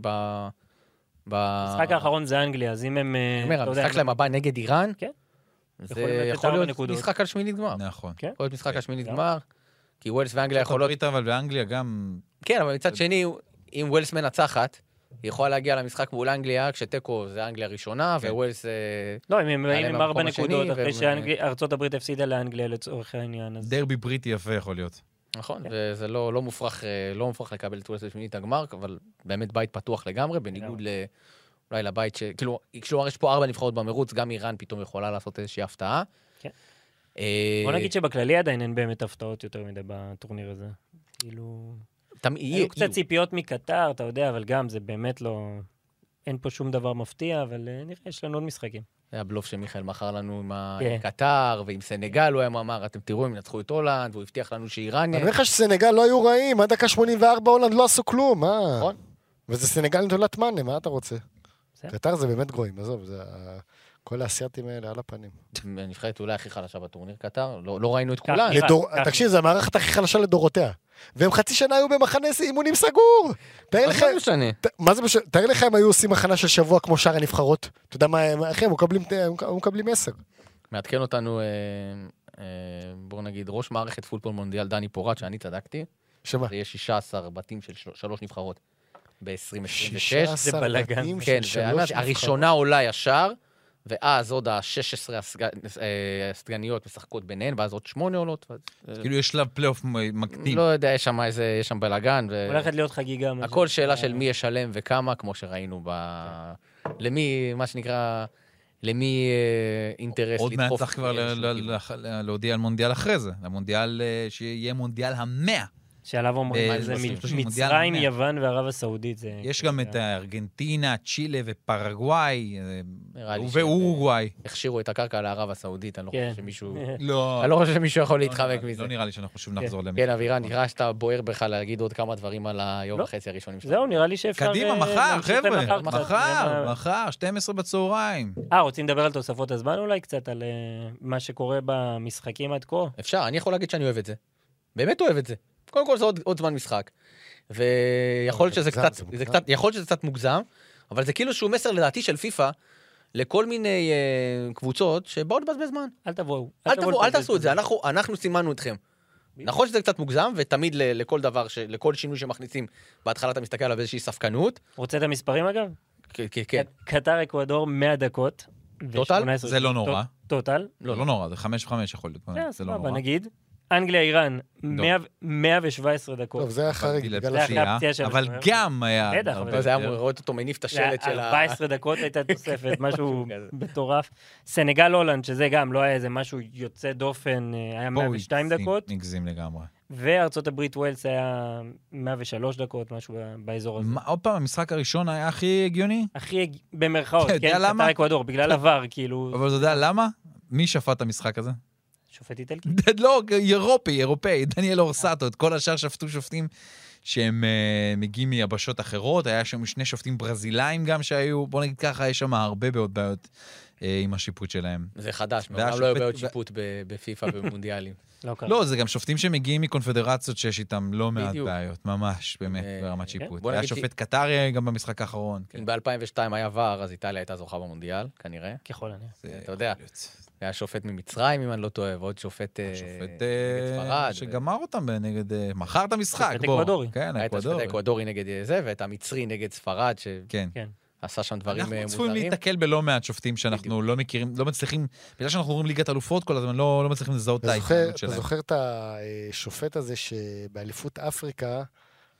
[SPEAKER 2] ב-
[SPEAKER 5] אה.
[SPEAKER 3] המשחק האחרון זה אנגליה, אז אם הם... אה,
[SPEAKER 2] אני אומר, המשחק שלהם הבא נגד איראן,
[SPEAKER 3] לא- כן.
[SPEAKER 2] זה
[SPEAKER 3] יכולים לתת
[SPEAKER 2] יכול
[SPEAKER 3] ארבע
[SPEAKER 2] להיות
[SPEAKER 3] נקודות.
[SPEAKER 2] משחק על שמינית גמר.
[SPEAKER 5] נכון.
[SPEAKER 3] כן.
[SPEAKER 2] יכול להיות משחק על שמינית
[SPEAKER 3] גם.
[SPEAKER 2] גמר, כי ווילס ואנגליה
[SPEAKER 5] ארצות
[SPEAKER 2] יכולות...
[SPEAKER 5] הברית אבל באנגליה גם...
[SPEAKER 2] כן, אבל מצד שני, אם ווילס מנצחת, היא יכולה להגיע למשחק מול אנגליה, כשתיקו זה אנגליה ראשונה,
[SPEAKER 5] כן.
[SPEAKER 2] וווילס... אה,
[SPEAKER 3] לא, אם הם
[SPEAKER 2] יעלה
[SPEAKER 3] באים עם
[SPEAKER 2] מהמקום
[SPEAKER 3] ארבע
[SPEAKER 2] השני,
[SPEAKER 3] נקודות, אחרי
[SPEAKER 2] והם-
[SPEAKER 3] שארצות הברית הפסידה לאנגליה לצורך העניין, אז...
[SPEAKER 5] דרבי בריטי יפה יכול להיות.
[SPEAKER 2] נכון,
[SPEAKER 3] כן.
[SPEAKER 2] וזה לא לא מופרך אה, לא מופרך לקבל את ווילס בשמינית הגמר, אבל באמת בית פתוח לגמרי, בניגוד ל... אולי לבית ש... כאילו, כלומר, יש פה ארבע נבחרות במרוץ, גם איראן פתאום יכולה לעשות איזושהי הפתעה.
[SPEAKER 3] כן.
[SPEAKER 2] אה,
[SPEAKER 3] בוא נגיד שבכללי עדיין אין באמת הפתעות יותר מדי בטורניר הזה. כאילו...
[SPEAKER 2] תמ- יהיו-
[SPEAKER 3] היו קצת
[SPEAKER 2] יהיו.
[SPEAKER 3] ציפיות מקטר, אתה יודע, אבל גם זה באמת לא... אין פה שום דבר מפתיע, אבל אה, נראה, יש לנו עוד משחקים.
[SPEAKER 2] זה הבלוף שמיכאל מכר לנו עם ה-
[SPEAKER 3] כן.
[SPEAKER 2] עם קטר ועם סנגל, הוא היה אמר, אתם תראו, הם ינצחו את הולנד, והוא הבטיח לנו שאיראן...
[SPEAKER 4] אני אומר לך שסנגל לא היו רעים, עד דקה 84 הולנד לא עשו כלום, מה?
[SPEAKER 2] נכון.
[SPEAKER 4] וזה סנגל נטולת מאנה, מה אתה רוצה?
[SPEAKER 3] בסדר.
[SPEAKER 4] קטר זה באמת גויים, עזוב, זה ה- כל האסייתים האלה על הפנים.
[SPEAKER 2] הנבחרת אולי הכי חלשה בטורניר קטר, לא לא ראינו את
[SPEAKER 3] ככה.
[SPEAKER 2] כולן.
[SPEAKER 3] אחד,
[SPEAKER 4] לדור-
[SPEAKER 3] ככה.
[SPEAKER 4] תקשיב, זו המערכת הכי חלשה לדורותיה. והם חצי שנה היו במחנה אימונים סגור! תאר
[SPEAKER 2] אז
[SPEAKER 4] לך,
[SPEAKER 3] לא
[SPEAKER 2] מה זה משנה?
[SPEAKER 4] ת- מה זה, משנה? תאר לך אם היו עושים הכנה של שבוע כמו שאר הנבחרות. אתה יודע מה, הם- אחי, הם מקבלים- הם מקבלים עשר.
[SPEAKER 2] מעדכן אותנו, אה, אה, בואו נגיד, ראש מערכת פוטבול מונדיאל דני פורט, שאני צדקתי,
[SPEAKER 4] שמה?
[SPEAKER 2] זה יהיה 16 בתים של של- שלוש נבחרות ב-2026.
[SPEAKER 4] 16
[SPEAKER 3] בלאגן.
[SPEAKER 4] בתים של
[SPEAKER 2] כן,
[SPEAKER 4] שלוש
[SPEAKER 2] ואמרתי,
[SPEAKER 4] נבחרות.
[SPEAKER 2] הראשונה עולה ישר, ואז עוד ה-16 אה, הסגניות משחקות ביניהן, ואז עוד שמונה עולות. ואז-
[SPEAKER 5] כאילו יש שלב פלייאוף מ- מקדים.
[SPEAKER 2] לא יודע, יש שם איזה, יש שם בלאגן,
[SPEAKER 5] אה.
[SPEAKER 3] הולכת להיות חגיגה. מה
[SPEAKER 2] והכל שאלה
[SPEAKER 3] שנקרא.
[SPEAKER 2] של מי ישלם וכמה, כמו שראינו ב... למי, מה שנקרא, למי אה, אינטרס
[SPEAKER 5] עוד
[SPEAKER 2] לדחוף. אה,
[SPEAKER 5] מעט צריך כבר ל-
[SPEAKER 2] לאיזשהו
[SPEAKER 5] ל-
[SPEAKER 2] כיוון.
[SPEAKER 5] ל- ל- להודיע על מונדיאל אחרי זה. למונדיאל, אה, שיהיה מונדיאל המאה.
[SPEAKER 3] שעליו אומרים,
[SPEAKER 5] ב-
[SPEAKER 3] מה זה
[SPEAKER 5] ב-
[SPEAKER 3] מ-
[SPEAKER 5] 30, מונדיאל
[SPEAKER 3] מצרים,
[SPEAKER 5] המאה.
[SPEAKER 3] יוון וערב הסעודית. זה-
[SPEAKER 5] יש גם את אה, ארגנטינה, צ'ילה ופרגוואי, אה,
[SPEAKER 2] נראה לי
[SPEAKER 5] ואורוגוואי.
[SPEAKER 2] הכשירו את הקרקע לערב הסעודית, אני לא חושב
[SPEAKER 5] [LAUGHS]
[SPEAKER 2] שמישהו...
[SPEAKER 5] לא...
[SPEAKER 2] אני לא חושב שמישהו יכול
[SPEAKER 5] כן. לא נראה
[SPEAKER 2] להתחמק
[SPEAKER 5] לי-
[SPEAKER 2] מזה.
[SPEAKER 5] לא נראה לי שאנחנו שוב
[SPEAKER 3] כן.
[SPEAKER 5] נחזור למי.
[SPEAKER 2] כן, אבירן, נראה שאתה בוער בך להגיד עוד כמה דברים על היום
[SPEAKER 3] לא.
[SPEAKER 2] וחצי הראשונים שלך.
[SPEAKER 3] זהו, נראה לי שאפשר...
[SPEAKER 5] קדימה,
[SPEAKER 3] אה,
[SPEAKER 5] מחר,
[SPEAKER 3] להמשיך
[SPEAKER 5] חבר'ה.
[SPEAKER 3] למחר קצת, אה, נראה
[SPEAKER 5] מחר,
[SPEAKER 3] מה-
[SPEAKER 5] מחר, 12 בצהריים.
[SPEAKER 3] אה, רוצים לדבר על תוספות הזמן אולי קצת, על אה, מה שקורה במשחקים עד כה?
[SPEAKER 2] אפשר, אני יכול להגיד שאני אוהב את זה. באמת אוהב את זה. קודם כל זה עוד, עוד זמן משחק. ויכול להיות
[SPEAKER 4] זה
[SPEAKER 2] שזה
[SPEAKER 4] מוגזם,
[SPEAKER 2] קצת,
[SPEAKER 4] זה
[SPEAKER 2] זה
[SPEAKER 4] מוגזם.
[SPEAKER 2] קצת, יכול להיות שזה קצת מוגזם, אבל זה כאילו שהוא מסר לדעתי של פיפא לכל מיני אה, קבוצות שבאות לבזבז זמן.
[SPEAKER 3] אל תבואו.
[SPEAKER 2] אל תבואו, אל
[SPEAKER 3] לבזבז
[SPEAKER 2] תעשו את זה, אנחנו, אנחנו סימנו אתכם. נכון שזה קצת מוגזם, ותמיד ל- לכל דבר, ש- לכל שינוי שמכניסים, בהתחלה אתה מסתכל עליו באיזושהי ספקנות.
[SPEAKER 3] רוצה את המספרים אגב?
[SPEAKER 2] כן, כן, כן.
[SPEAKER 3] ק- קטר אקוודור 100 דקות.
[SPEAKER 2] טוטל?
[SPEAKER 3] ו-
[SPEAKER 5] זה לא נורא.
[SPEAKER 3] טו- טוטל.
[SPEAKER 5] לא, לא נורא, זה חמש וחמש יכול להיות.
[SPEAKER 3] כן,
[SPEAKER 5] זה לא
[SPEAKER 3] סבבה,
[SPEAKER 5] נורא. לא.
[SPEAKER 3] נגיד. אנגליה, איראן, 117 דקות.
[SPEAKER 4] טוב, זה היה חריג
[SPEAKER 5] בגלל
[SPEAKER 4] בגלל
[SPEAKER 3] זה
[SPEAKER 4] השיר.
[SPEAKER 3] הפציעה.
[SPEAKER 5] הפציעה,
[SPEAKER 3] של
[SPEAKER 5] אבל
[SPEAKER 3] השוער.
[SPEAKER 5] גם היה...
[SPEAKER 3] בטח, אבל-
[SPEAKER 5] הרבה
[SPEAKER 2] לא, זה היה
[SPEAKER 5] יותר.
[SPEAKER 2] אמור לראות אותו מניף את השלט של ה...
[SPEAKER 3] 14 דקות הייתה תוספת,
[SPEAKER 2] [LAUGHS]
[SPEAKER 3] משהו
[SPEAKER 2] כזה.
[SPEAKER 3] מטורף. סנגל הולנד, שזה גם לא היה איזה משהו יוצא דופן, אה, היה
[SPEAKER 5] פה הוא
[SPEAKER 3] 102
[SPEAKER 5] הגזים,
[SPEAKER 3] דקות,
[SPEAKER 5] הגזים לגמרי.
[SPEAKER 3] וארצות הברית ווילס היה 103 דקות, משהו ב- באזור הזה.
[SPEAKER 5] מה, עוד פעם, המשחק הראשון היה הכי הגיוני?
[SPEAKER 3] הכי הג- במרכאות,
[SPEAKER 5] אתה יודע
[SPEAKER 3] כן,
[SPEAKER 5] למה?
[SPEAKER 3] קטר אקוודור,
[SPEAKER 2] לא.
[SPEAKER 3] בגלל עבר, כאילו,
[SPEAKER 5] אבל אתה יודע למה? מי שפט את המשחק הזה? [LAUGHS]
[SPEAKER 3] שופט איטלקי.
[SPEAKER 5] לא, אירופי, אירופאי, דניאל אורסטו, את כל השאר שפטו שופטים שהם אה, מגיעים מיבשות אחרות, היה שם שני שופטים ברזילאים גם שהיו, בוא נגיד ככה, יש שם הרבה מאוד בעיות אה, עם השיפוט שלהם.
[SPEAKER 2] זה חדש,
[SPEAKER 5] והיה
[SPEAKER 2] מעולם לא היו
[SPEAKER 5] שופט-
[SPEAKER 2] בעיות שיפוט ב-
[SPEAKER 5] [LAUGHS]
[SPEAKER 2] בפיפ"א ובמונדיאלים.
[SPEAKER 3] לא קרה.
[SPEAKER 5] לא, זה גם שופטים שמגיעים מקונפדרציות שיש איתם לא מעט
[SPEAKER 2] בדיוק.
[SPEAKER 5] בעיות, ממש, באמת,
[SPEAKER 2] אה,
[SPEAKER 5] ברמת שיפוט.
[SPEAKER 2] בוא
[SPEAKER 5] היה
[SPEAKER 2] נגיד ש-
[SPEAKER 5] שופט קטרי גם במשחק האחרון. כן.
[SPEAKER 2] אם ב-2002 היה ור, אז איטליה הייתה זוכה במונדיאל, כנראה.
[SPEAKER 3] ככל הנראה.
[SPEAKER 5] זה
[SPEAKER 2] אתה יודע.
[SPEAKER 5] יכול להיות.
[SPEAKER 2] היה שופט ממצרים, אם אני לא טועה, ועוד שופט... אה,
[SPEAKER 5] שופט
[SPEAKER 2] נגד
[SPEAKER 5] אה,
[SPEAKER 2] ספרד,
[SPEAKER 5] שגמר אותם נגד... אה, מכר את המשחק,
[SPEAKER 3] שופט
[SPEAKER 5] בוא.
[SPEAKER 3] אקוודורי.
[SPEAKER 5] כן,
[SPEAKER 2] היה את השופט
[SPEAKER 5] אקוודורי.
[SPEAKER 2] האקוודורי נגד זה, ואת המצרי נגד ספרד,
[SPEAKER 5] כן.
[SPEAKER 2] שעשה שם דברים אה,
[SPEAKER 5] אנחנו
[SPEAKER 2] מוזרים.
[SPEAKER 5] צפויים להיתקל בלא מעט שופטים שאנחנו לא מכירים, לא מצליחים, בגלל שאנחנו רואים ליגת אלופות כל הזמן, לא לא מצליחים לזהות את
[SPEAKER 4] אתה זוכר-
[SPEAKER 5] ההתנהלות
[SPEAKER 4] אתה
[SPEAKER 5] שלהם.
[SPEAKER 4] זוכר את השופט הזה שבאליפות אפריקה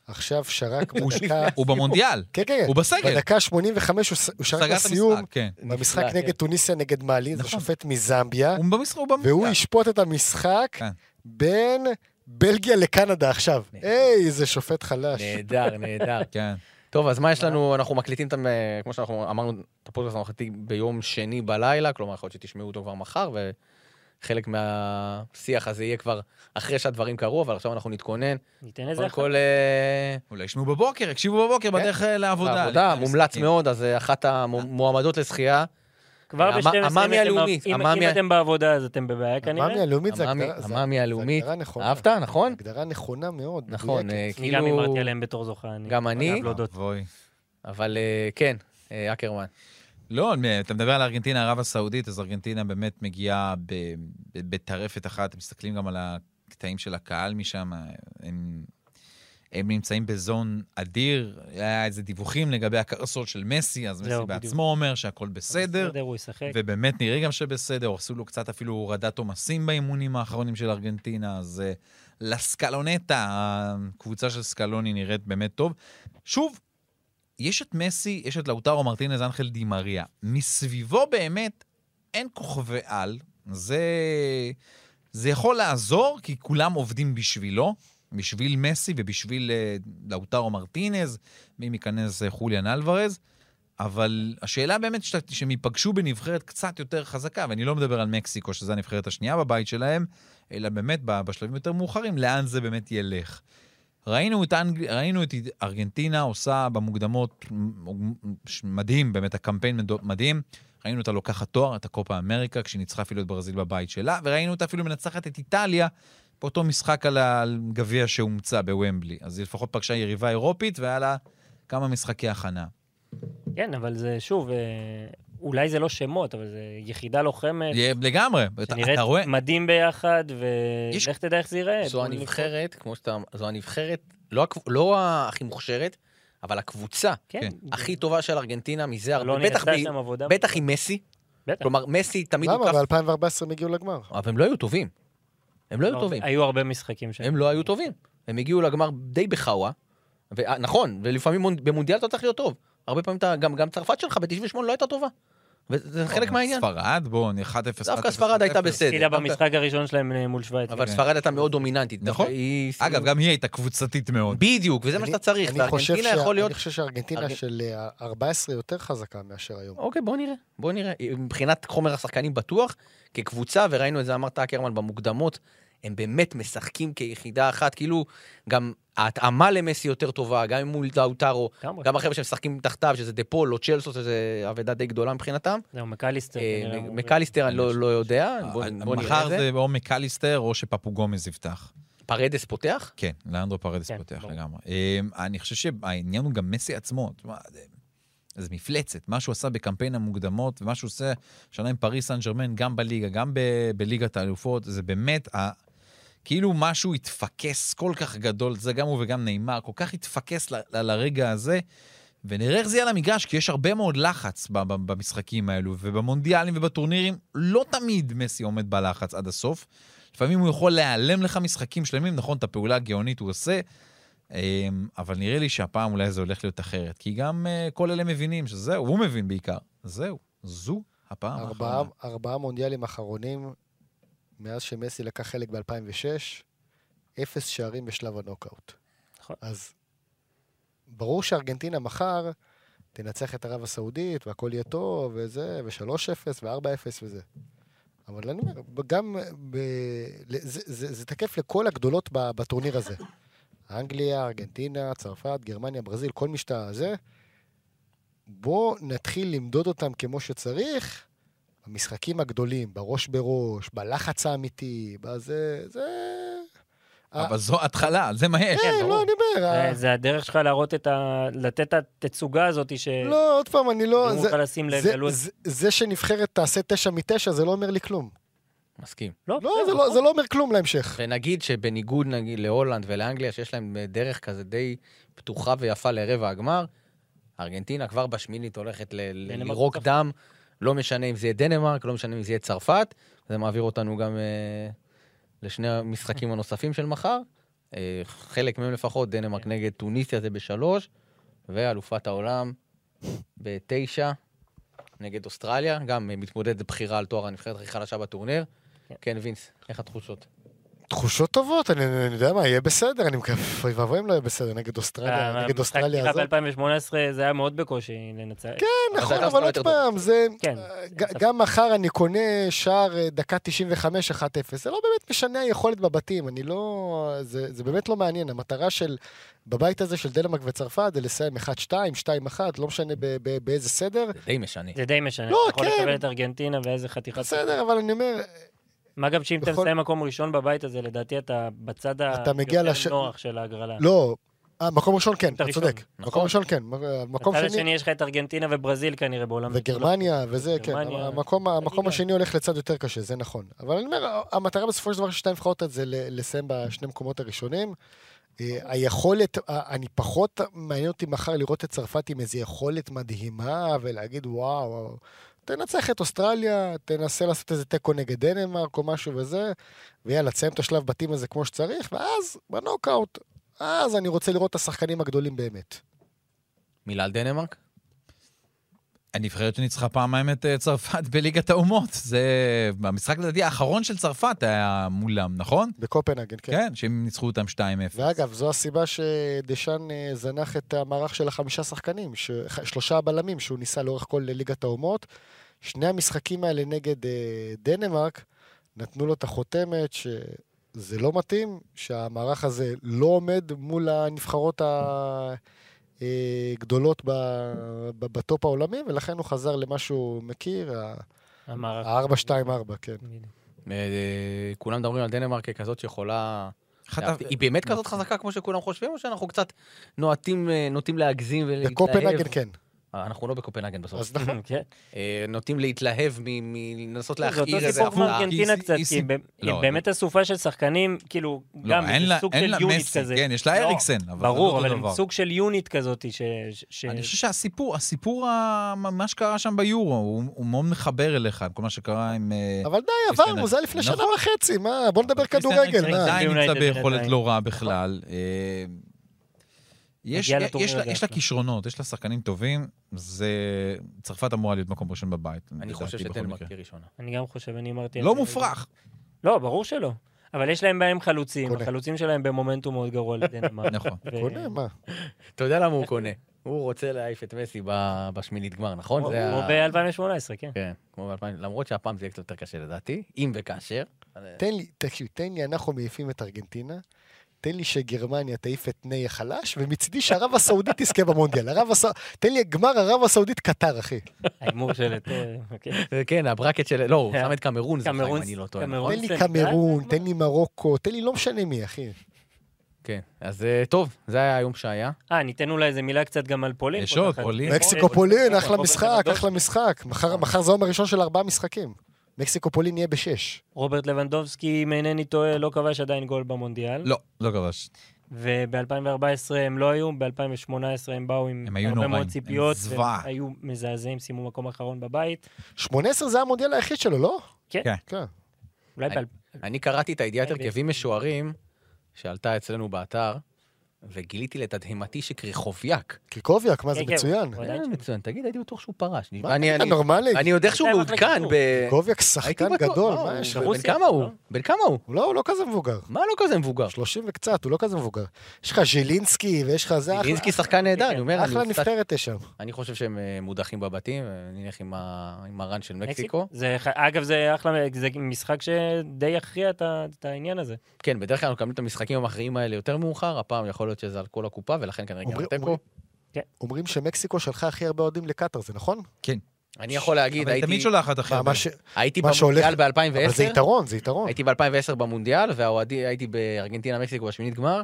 [SPEAKER 4] עכשיו שרק בדקה...
[SPEAKER 5] הוא במונדיאל,
[SPEAKER 4] כן, כן,
[SPEAKER 5] הוא בסגל.
[SPEAKER 4] בדקה 85 הוא ס- הוא
[SPEAKER 5] סגר
[SPEAKER 4] שרק
[SPEAKER 5] את
[SPEAKER 4] בסיום,
[SPEAKER 5] המשחק, כן.
[SPEAKER 4] במשחק
[SPEAKER 2] נפלא,
[SPEAKER 4] נגד טוניסיה נגד מאלי, זה
[SPEAKER 5] נכון.
[SPEAKER 4] שופט מזמביה,
[SPEAKER 5] הוא במשחק, הוא במונדיאל.
[SPEAKER 4] והוא ישפוט את המשחק
[SPEAKER 5] כן.
[SPEAKER 4] בין בלגיה לקנדה עכשיו. היי, איזה שופט חלש.
[SPEAKER 2] נהדר,
[SPEAKER 5] [LAUGHS]
[SPEAKER 2] נהדר.
[SPEAKER 5] כן.
[SPEAKER 2] טוב, אז מה יש לנו? אנחנו מקליטים את, ה- כמו שאנחנו אמרנו, את הפודקאסט אנחנו מקליטים ביום שני בלילה, כלומר, יכול להיות שתשמעו אותו כבר מחר, וחלק מהשיח הזה יהיה כבר אחרי שהדברים קרו, אבל עכשיו אנחנו נתכונן.
[SPEAKER 3] ניתן איזה
[SPEAKER 2] קודם
[SPEAKER 3] אחת.
[SPEAKER 2] כל, אה,
[SPEAKER 5] אולי ישמעו בבוקר, יקשיבו בבוקר בדרך אה, לעבודה.
[SPEAKER 2] העבודה,
[SPEAKER 5] לפני
[SPEAKER 2] כן. מומלץ
[SPEAKER 5] המשחקים.
[SPEAKER 2] מאוד, אז אה, אחת המועמדות לזכייה.
[SPEAKER 3] כבר
[SPEAKER 2] המ-
[SPEAKER 3] ב-12, אם
[SPEAKER 2] המאמי
[SPEAKER 3] אתם-
[SPEAKER 2] הלאומית,
[SPEAKER 3] אם-
[SPEAKER 2] המאמי
[SPEAKER 3] אם
[SPEAKER 2] ה-
[SPEAKER 3] אתם בעבודה, אז אתם בבעיה כנראה.
[SPEAKER 4] המאמי הלאומית זה
[SPEAKER 2] המאמי-
[SPEAKER 4] הגדרה- זה-
[SPEAKER 2] המאמי
[SPEAKER 4] זה
[SPEAKER 2] הלאומית.
[SPEAKER 4] הגדרה נכונה.
[SPEAKER 2] אהבת, נכון?
[SPEAKER 4] הגדרה נכונה מאוד.
[SPEAKER 2] נכון,
[SPEAKER 4] מדויקת.
[SPEAKER 2] אה,
[SPEAKER 3] אני גם
[SPEAKER 2] כאילו...
[SPEAKER 3] הימרתי עליהם בתור זוכה. לא
[SPEAKER 2] גם אני?
[SPEAKER 3] חייב להודות.
[SPEAKER 5] אבוי.
[SPEAKER 2] אבל אה, כן, אה, אקרמן.
[SPEAKER 5] לא, אני- אתה מדבר על ארגנטינה ערב הסעודית, אז ארגנטינה באמת מגיעה ב- ב- בטרפת אחת. מסתכלים גם על הקטעים של הקהל משם, הם, הם נמצאים בזון אדיר. היה איזה דיווחים לגבי הקרסול של מסי, אז מסי
[SPEAKER 3] זהו,
[SPEAKER 5] בעצמו
[SPEAKER 3] בדיוק.
[SPEAKER 5] אומר שהכל בסדר,
[SPEAKER 3] בסדר, הוא ישחק.
[SPEAKER 5] ובאמת נראה גם שבסדר. עשו לו קצת אפילו הורדת עומסים באימונים האחרונים של ארגנטינה, אז אה, לסקלונטה, הקבוצה של סקלוני נראית באמת טוב. שוב, יש את מסי, יש את לאוטרו מרטינז אנחל דימריה. מסביבו באמת אין כוכבי על. זה, זה יכול לעזור, כי כולם עובדים בשבילו, בשביל מסי ובשביל אה, לאוטרו מרטינז, ואם ייכנס אה, חוליאן אלוורז. אבל השאלה באמת ש... שהם ייפגשו בנבחרת קצת יותר חזקה, ואני לא מדבר על מקסיקו, שזו הנבחרת השנייה בבית שלהם, אלא באמת ב- בשלבים יותר מאוחרים, לאן זה באמת ילך. ראינו את, אנג... ראינו את ארגנטינה עושה במוקדמות מ- מ- מדהים, באמת הקמפיין מדו- מדהים. ראינו אותה לוקחת תואר, את הקופה אמריקה, כשהיא ניצחה אפילו את ברזיל בבית שלה, וראינו אותה אפילו מנצחת את איטליה באותו משחק על הגביע שהומצא בוומבלי. אז היא לפחות פגשה יריבה אירופית, והיה לה כמה משחקי הכנה.
[SPEAKER 3] כן, אבל זה שוב, אה, אולי זה לא שמות, אבל זה יחידה לוחמת,
[SPEAKER 5] יהיה- לגמרי, אתה
[SPEAKER 3] כן. שנראית
[SPEAKER 5] אתה רואה,
[SPEAKER 3] מדהים ביחד,
[SPEAKER 5] יש-
[SPEAKER 3] ולך תדע איך זה ייראה.
[SPEAKER 2] זו
[SPEAKER 3] כן, בוא נבחר.
[SPEAKER 2] הנבחרת, כמו שאתה... זו הנבחרת, לא הקב- לא הכי מוכשרת, אבל הקבוצה
[SPEAKER 3] כן.
[SPEAKER 2] הכי טובה של ארגנטינה מזה הרבה,
[SPEAKER 3] לא
[SPEAKER 2] בטח
[SPEAKER 3] נעשתה
[SPEAKER 2] ב-
[SPEAKER 3] שם עבודה.
[SPEAKER 2] בטח עם מסי.
[SPEAKER 3] בטח.
[SPEAKER 2] כלומר, מסי תמיד
[SPEAKER 4] למה?
[SPEAKER 2] הוקף...
[SPEAKER 4] ב-2014 הם הגיעו לגמר.
[SPEAKER 2] אבל הם לא היו טובים. הם לא היו
[SPEAKER 3] לא,
[SPEAKER 2] טובים.
[SPEAKER 3] היו הרבה משחקים שם.
[SPEAKER 2] הם לא היו טובים. הם הגיעו לגמר די בחאווה. ו- אה, נכון, ולפעמים מונ- במונדיאל אתה צריך להיות טוב. הרבה פעמים אתה, גם, גם צרפת שלך ב-98 לא הייתה טובה. וזה
[SPEAKER 5] נכון,
[SPEAKER 2] חלק מהעניין.
[SPEAKER 5] ספרד, בואו, 1-0.
[SPEAKER 2] דווקא ספרד הייתה בסדר.
[SPEAKER 3] הפסידה
[SPEAKER 2] דווקא-
[SPEAKER 3] במשחק הראשון שלהם אה, מול שווייץ.
[SPEAKER 2] אבל ספרד הייתה מאוד דומיננטית.
[SPEAKER 5] כן. נכון.
[SPEAKER 2] דווקא היא-
[SPEAKER 5] אגב, גם היא הייתה קבוצתית מאוד.
[SPEAKER 2] בדיוק, וזה מה שאתה צריך.
[SPEAKER 4] אני חושב
[SPEAKER 2] וארגנטינה
[SPEAKER 4] שה-
[SPEAKER 2] יכול להיות...
[SPEAKER 4] אני חושב שהארגנטינה
[SPEAKER 2] ארג-
[SPEAKER 4] של אה, 14 יותר חזקה מאשר היום.
[SPEAKER 2] אוקיי, בוא נראה. בוא נראה. מבחינת חומר השחקנים בטוח, כקבוצה, וראינו את זה, אמרת אקרמן, במוקדמות, הם באמת משחקים כיחידה אחת, כאילו, גם ההתאמה למסי יותר טובה, גם מול דאוטרו,
[SPEAKER 3] לגמרי.
[SPEAKER 2] נכון. גם החבר'ה שמשחקים תחתיו, שזה דה פול או צ'לסו, שזה אבדה די גדולה מבחינתם.
[SPEAKER 3] זהו, מקליסטר.
[SPEAKER 2] אה,
[SPEAKER 3] כנראה אמור-
[SPEAKER 2] מקליסטר, אני לא לא יודע, בוא בוא נראה
[SPEAKER 5] אה, מחר
[SPEAKER 2] את זה.
[SPEAKER 5] זה או מקליסטר או שפפו גומז יפתח.
[SPEAKER 2] פרדס פותח?
[SPEAKER 5] כן, לאנדרו פרדס
[SPEAKER 3] כן,
[SPEAKER 5] פותח
[SPEAKER 3] ברור.
[SPEAKER 5] לגמרי. אמ, אני חושב שהעניין הוא גם מסי עצמו. תשמע, זה- זה מפלצת, מה שהוא עשה בקמפיין המוקדמות, ומה שהוא עושה השנה עם פריס סן ג'רמן, גם בליגה, גם ב- בליגת האלופות, זה באמת, ה- כאילו משהו התפקס כל כך גדול, זה גם הוא וגם נאמר, כל כך התפקס ל- ל- לרגע הזה, ונראה איך זה יהיה על המגרש, כי יש הרבה מאוד לחץ ב- ב- במשחקים האלו, ובמונדיאלים ובטורנירים, לא תמיד מסי עומד בלחץ עד הסוף. לפעמים הוא יכול להיעלם לך משחקים שלמים, נכון, את הפעולה הגאונית הוא עושה, אמ, אבל נראה לי שהפעם אולי זה הולך להיות אחרת, כי גם אה, כל אלה מבינים שזהו, הוא מבין בעיקר, זהו, זו הפעם
[SPEAKER 4] ארבעה,
[SPEAKER 5] האחרונה.
[SPEAKER 4] ארבעה מונדיאלים אחרונים, מאז שמסי לקח חלק ב-2006, אפס שערים בשלב הנוקאוט.
[SPEAKER 3] נכון.
[SPEAKER 4] אז ברור שארגנטינה מחר תנצח את ערב הסעודית, והכל יהיה טוב, וזה, ו-3-0, ו-4-0 וזה. אבל אני אומר, גם ב... ל- זה, זה, זה תקף לכל הגדולות ב- בטורניר הזה. אנגליה, ארגנטינה, צרפת, גרמניה, ברזיל, כל מי שאתה זה. בוא נתחיל למדוד אותם כמו שצריך, במשחקים הגדולים, בראש בראש, בלחץ האמיתי, בזה, זה...
[SPEAKER 5] אבל זו התחלה, זה מה יש.
[SPEAKER 4] כן,
[SPEAKER 3] ברור. אה,
[SPEAKER 4] לא, אני אומר, ה-
[SPEAKER 3] זה- זה הדרך שלך להראות את ה... לתת את התצוגה הזאת ש...
[SPEAKER 4] לא, עוד פעם, אני לא...
[SPEAKER 3] גרמו
[SPEAKER 4] זה-
[SPEAKER 3] לך לשים לב
[SPEAKER 4] זה-
[SPEAKER 3] ללוח.
[SPEAKER 4] זה- זה שנבחרת תעשה תשע מתשע, זה לא אומר לי כלום.
[SPEAKER 2] מסכים.
[SPEAKER 3] אוקיי,
[SPEAKER 4] לא, זה
[SPEAKER 3] נכון.
[SPEAKER 4] לא- זה לא אומר כלום להמשך.
[SPEAKER 2] ונגיד שבניגוד נגיד להולנד ולאנגליה, שיש להם דרך כזה די פתוחה ויפה לרבע הגמר, ארגנטינה כבר בשמינית הולכת ל- ל-
[SPEAKER 3] דנמרק
[SPEAKER 2] לירוק
[SPEAKER 3] צרפת.
[SPEAKER 2] דם, לא משנה אם זה יהיה דנמרק, לא משנה אם זה יהיה צרפת, זה מעביר אותנו גם אה, לשני המשחקים הנוספים של מחר. אה, חלק מהם לפחות, דנמרק
[SPEAKER 3] כן.
[SPEAKER 2] נגד טוניסיה זה בשלוש, ואלופת העולם בתשע נגד אוסטרליה, גם אה, מתמודדת בבחירה על תואר הנבחרת הכי חלשה בטורניר.
[SPEAKER 3] כן.
[SPEAKER 2] כן, וינס, איך התחושות?
[SPEAKER 4] תחושות טובות, אני אני יודע מה, יהיה בסדר, אני מקווה, אוי ואבוי אם לא יהיה בסדר, נגד
[SPEAKER 3] אה,
[SPEAKER 4] אוסטרליה, נגד אוסטרליה הזאת.
[SPEAKER 3] ב-2018 זה היה מאוד בקושי לנצח.
[SPEAKER 4] כן, נכון,
[SPEAKER 2] אבל
[SPEAKER 4] אבל
[SPEAKER 2] יותר
[SPEAKER 4] עוד
[SPEAKER 2] טוב.
[SPEAKER 4] פעם, זה...
[SPEAKER 3] כן.
[SPEAKER 4] ג- גם מחר אני קונה שער אה, דקה 95, 1-0. זה לא באמת משנה היכולת בבתים, אני לא... זה, זה באמת לא מעניין. המטרה של... בבית הזה של דנמרק וצרפת זה לסיים 1-2, 2-1, לא משנה ב- ב- באיזה סדר.
[SPEAKER 2] זה די משנה.
[SPEAKER 3] זה די משנה.
[SPEAKER 4] לא,
[SPEAKER 3] אתה יכול
[SPEAKER 4] כן.
[SPEAKER 3] לקבל את ארגנטינה ואיזה חתיכת...
[SPEAKER 4] בסדר, אבל אני אומר,
[SPEAKER 3] מה גם שאם אתה
[SPEAKER 4] בכל-
[SPEAKER 3] מסיים מקום ראשון בבית הזה, לדעתי אתה בצד
[SPEAKER 4] אתה מגיע
[SPEAKER 3] היותר
[SPEAKER 4] לש-
[SPEAKER 3] נוח של ההגרלה.
[SPEAKER 4] לא... אה, מקום ראשון כן, אתה
[SPEAKER 3] אתה ראשון,
[SPEAKER 4] צודק.
[SPEAKER 2] נכון.
[SPEAKER 4] מקום ראשון כן. מ- מקום
[SPEAKER 3] בצד
[SPEAKER 4] שני,
[SPEAKER 3] השני יש לך את ארגנטינה וברזיל כנראה בעולם.
[SPEAKER 4] וגרמניה וזה, כן.
[SPEAKER 3] גרמניה.
[SPEAKER 4] המקום, המקום
[SPEAKER 3] הליגה.
[SPEAKER 4] השני הולך לצד יותר קשה, זה נכון. אבל אני אומר, המטרה בסופו של דבר של שתי הנבחרות זה ל- לסיים בשני מקומות הראשונים. אה, היכולת, אה, אני פחות, מעניין אותי מחר לראות את צרפת עם איזו יכולת מדהימה ולהגיד וואו, וואו." תנצח את אוסטרליה, תנסה לעשות איזה תיקו נגד דנמרק או משהו וזה, ויאללה, תסיים את השלב בתים הזה כמו שצריך, ואז בנוקאוט, אז אני רוצה לראות את השחקנים הגדולים באמת.
[SPEAKER 2] מילה על דנמרק?
[SPEAKER 5] הנבחרת שניצחה פעמיים את אה, צרפת [LAUGHS] בליגת האומות. זה המשחק לדעתי האחרון של צרפת היה מולם, נכון?
[SPEAKER 4] בקופנהגן, כן.
[SPEAKER 5] כן, שהם ניצחו אותם 2-0.
[SPEAKER 4] ואגב, זו הסיבה שדשאן אה, זנח את המערך של החמישה שחקנים, ש... ח- שלושה הבלמים שהוא ניסה לאורך כל ליגת האומות. שני המשחקים האלה נגד אה, דנמרק נתנו לו את החותמת שזה לא מתאים, שהמערך הזה לא עומד מול הנבחרות הגדולות ב... ב... בטופ העולמי, ולכן הוא חזר למה שהוא מכיר, ה-
[SPEAKER 3] המערך.
[SPEAKER 4] ה-4-2-4, כן.
[SPEAKER 2] אה, אה, כולם מדברים על דנמרק ככזאת שיכולה...
[SPEAKER 5] אחת ה-
[SPEAKER 2] להפתיע. היא באמת כזאת חזקה כמו שכולם חושבים, או שאנחנו קצת נוטים אה, נוטים להגזים ולהתלהב?
[SPEAKER 4] בקופנהגן כן.
[SPEAKER 2] אה, אנחנו לא בקופנהגן בסוף.
[SPEAKER 4] אז נכון.
[SPEAKER 3] כן.
[SPEAKER 2] אה, נוטים להתלהב מ- מלנסות
[SPEAKER 3] זה
[SPEAKER 2] להכעיר
[SPEAKER 3] אותו
[SPEAKER 2] איזה
[SPEAKER 3] סיפור כמו כן.
[SPEAKER 2] הפתעה.
[SPEAKER 5] היא
[SPEAKER 3] ארגנטינה
[SPEAKER 5] ס-
[SPEAKER 3] קצת,
[SPEAKER 5] היא
[SPEAKER 3] כי היא
[SPEAKER 5] ס-
[SPEAKER 3] ב- היא
[SPEAKER 5] לא,
[SPEAKER 3] באמת אסופה של שחקנים, כאילו,
[SPEAKER 5] לא,
[SPEAKER 3] גם
[SPEAKER 5] אין
[SPEAKER 3] זה
[SPEAKER 5] לה-
[SPEAKER 3] סוג
[SPEAKER 5] אין
[SPEAKER 3] של
[SPEAKER 5] לה
[SPEAKER 3] יוניט
[SPEAKER 5] מסי,
[SPEAKER 3] כזה.
[SPEAKER 5] כן, יש לה
[SPEAKER 3] לא,
[SPEAKER 5] אריקסן, אבל זה לא
[SPEAKER 3] ברור,
[SPEAKER 5] אותו
[SPEAKER 3] אבל הם
[SPEAKER 5] דבר.
[SPEAKER 3] סוג של יוניט כזאת, ש... ש- ש-
[SPEAKER 5] אני חושב שהסיפור, הסיפור, ה- מה שקרה שם ביורו, הוא הוא מאוד מחבר אליך, עם כל מה שקרה עם... אה,
[SPEAKER 4] אבל די,
[SPEAKER 5] קריסטיאן
[SPEAKER 4] עברנו, זה היה לפני שנה
[SPEAKER 5] נכון.
[SPEAKER 4] וחצי, מה? בוא נדבר
[SPEAKER 5] קריסטיאן
[SPEAKER 4] כדורגל,
[SPEAKER 5] אריקסן
[SPEAKER 4] מה?
[SPEAKER 5] עדיין נמצא
[SPEAKER 3] ביונייטד
[SPEAKER 5] ביכולת
[SPEAKER 3] עדיין.
[SPEAKER 5] לא רעה בכלל. אה, יש,
[SPEAKER 3] מגיע
[SPEAKER 5] יש,
[SPEAKER 3] לטורניר
[SPEAKER 5] לה-
[SPEAKER 3] הזה
[SPEAKER 5] יש לה
[SPEAKER 3] אחלה.
[SPEAKER 5] כישרונות, יש לה שחקנים טובים, זה... צרפת אמורה להיות מקום ראשון בבית.
[SPEAKER 2] אני
[SPEAKER 5] לדעתי,
[SPEAKER 2] חושב
[SPEAKER 5] בכל
[SPEAKER 2] שדנמרק
[SPEAKER 5] מקרה.
[SPEAKER 2] היא ראשונה.
[SPEAKER 3] אני גם חושב, אני אמרתי... את
[SPEAKER 5] לא
[SPEAKER 3] זה.
[SPEAKER 5] מופרך.
[SPEAKER 3] לא, ברור שלא. אבל יש להם בעיה עם חלוצים,
[SPEAKER 4] קונה.
[SPEAKER 3] החלוצים שלהם במומנטום מאוד גרוע לדנמרק.
[SPEAKER 5] [LAUGHS] נכון.
[SPEAKER 3] ו-
[SPEAKER 4] קונה, מה?
[SPEAKER 3] אה.
[SPEAKER 2] אתה יודע למה הוא קונה? הוא רוצה להעיף את מסי ב- בשמינית גמר, נכון?
[SPEAKER 3] כמו
[SPEAKER 2] זה ה-
[SPEAKER 3] ב-2018,
[SPEAKER 2] [LAUGHS]
[SPEAKER 3] כן.
[SPEAKER 2] כן, כמו ב-2000, למרות שהפעם זה יהיה קצת יותר קשה לדעתי, אם וכאשר.
[SPEAKER 4] תן לי, תקשיב, תן לי, אנחנו מעיפים את ארגנטינה, תן לי שגרמניה תעיף את ניי החלש, ומצידי שערב הסעודית
[SPEAKER 3] [LAUGHS]
[SPEAKER 4] תזכה במונדיאל. ערב הסע... תן לי גמר ערב הסעודית קטר, אחי.
[SPEAKER 3] ההימור של... את, אה, אוקיי.
[SPEAKER 2] כן, הברקט של... לא, הוא שם את קמרון, זכה, אם
[SPEAKER 3] קמרון-
[SPEAKER 2] אני לא טועה.
[SPEAKER 3] קמרון
[SPEAKER 2] נכון?
[SPEAKER 4] תן לי
[SPEAKER 3] סנגל?
[SPEAKER 4] קמרון, תן לי מרוקו, תן לי לא משנה
[SPEAKER 3] [LAUGHS]
[SPEAKER 4] מי, אחי.
[SPEAKER 2] כן, אז אה, טוב, זה היה היום שהיה.
[SPEAKER 3] אה, ניתן אולי איזה מילה קצת גם על פולין.
[SPEAKER 5] יש
[SPEAKER 3] עוד
[SPEAKER 5] עוד,
[SPEAKER 3] אחת.
[SPEAKER 5] פולין.
[SPEAKER 3] אה,
[SPEAKER 4] מקסיקו פולין, אחלה
[SPEAKER 3] פולין, אה.
[SPEAKER 4] משחק, אחלה משחק. מחר מחר זה היום הראשון של ארבעה משחקים. מקסיקו פולין יהיה בשש.
[SPEAKER 3] רוברט לבנדובסקי, אם אינני טועה, לא כבש עדיין גול במונדיאל.
[SPEAKER 5] לא, לא כבש.
[SPEAKER 3] וב-2014 הם לא היו, ב-2018 הם באו עם
[SPEAKER 5] הם היו
[SPEAKER 3] הרבה
[SPEAKER 5] נוראים,
[SPEAKER 3] מאוד
[SPEAKER 5] הם
[SPEAKER 3] ציפיות.
[SPEAKER 5] זוועה.
[SPEAKER 3] היו מזעזעים, סיימו מקום אחרון בבית.
[SPEAKER 4] 18 זה המונדיאל היחיד שלו, לא?
[SPEAKER 3] כן.
[SPEAKER 5] כן.
[SPEAKER 4] כן.
[SPEAKER 3] אולי
[SPEAKER 5] אה,
[SPEAKER 3] ב...
[SPEAKER 2] אני קראתי את הידיעת הרכבים משוערים שעלתה אצלנו באתר, וגיליתי לתדהמתי שקריחוביאק.
[SPEAKER 4] קריקוביאק, מה זה
[SPEAKER 3] כן, כן,
[SPEAKER 4] מצוין.
[SPEAKER 3] הוא עדיין
[SPEAKER 2] אה,
[SPEAKER 3] שם.
[SPEAKER 2] מצוין, תגיד, הייתי בטוח שהוא פרש.
[SPEAKER 4] מה,
[SPEAKER 2] אני-
[SPEAKER 4] אתה
[SPEAKER 2] אני-
[SPEAKER 4] נורמלי?
[SPEAKER 2] אני יודע שהוא
[SPEAKER 3] אתה הולך
[SPEAKER 2] מעודכן
[SPEAKER 3] לקיצור.
[SPEAKER 2] ב...
[SPEAKER 4] קריקוביאק
[SPEAKER 2] הייתי
[SPEAKER 4] שחקן
[SPEAKER 2] בטוח,
[SPEAKER 4] גדול,
[SPEAKER 2] לא,
[SPEAKER 4] מה
[SPEAKER 2] הוא
[SPEAKER 4] יש
[SPEAKER 2] בן
[SPEAKER 4] לו?
[SPEAKER 3] רוסיה,
[SPEAKER 2] כמה הוא?
[SPEAKER 3] לא?
[SPEAKER 2] בן כמה הוא?
[SPEAKER 4] הוא אה, לא, הוא לא כזה מבוגר.
[SPEAKER 2] מה לא כזה מבוגר?
[SPEAKER 4] 30 וקצת, הוא לא כזה מבוגר. יש לך ז'ילינסקי ויש לך זה, אחלה-
[SPEAKER 2] לינסקי שחקן נהדר, אני אומר, אני
[SPEAKER 4] אחלה
[SPEAKER 2] מופתע-
[SPEAKER 4] נבחרת יש שם.
[SPEAKER 2] אני חושב שהם אה, מודחים בבתים, אה, נלך עם ה- עם הרן של מקסיקו.
[SPEAKER 3] זה, ח- אגב, זה אחלה, זה משחק שדי יכריע את ה- את העניין הזה.
[SPEAKER 2] כן, בדרך כלל אנחנו מקבלים את המשחקים המכריעים האלה יותר מאוחר, הפעם יכול להיות שזה על כל הקופה, ולכן כנראה גם
[SPEAKER 4] אומרים-
[SPEAKER 2] תיקו.
[SPEAKER 4] אומרים-
[SPEAKER 3] כן.
[SPEAKER 4] אומרים שמקסיקו שלחה הכי הרבה אוהדים לקטאר, זה נכון?
[SPEAKER 5] כן.
[SPEAKER 2] אני יכול להגיד,
[SPEAKER 5] אבל היא תמיד
[SPEAKER 2] הייתי-
[SPEAKER 5] שולחת אחרי
[SPEAKER 4] מה-
[SPEAKER 5] הרבה.
[SPEAKER 4] מה ש-
[SPEAKER 2] הייתי
[SPEAKER 4] מה שהולך-
[SPEAKER 2] במונדיאל
[SPEAKER 4] אבל זה
[SPEAKER 2] ב-2010,
[SPEAKER 4] יתרון, זה יתרון.
[SPEAKER 2] הייתי ב-2010 במונדיאל, והאוהדים, הייתי בארגנטינה-מקסיקו בשמינית גמר,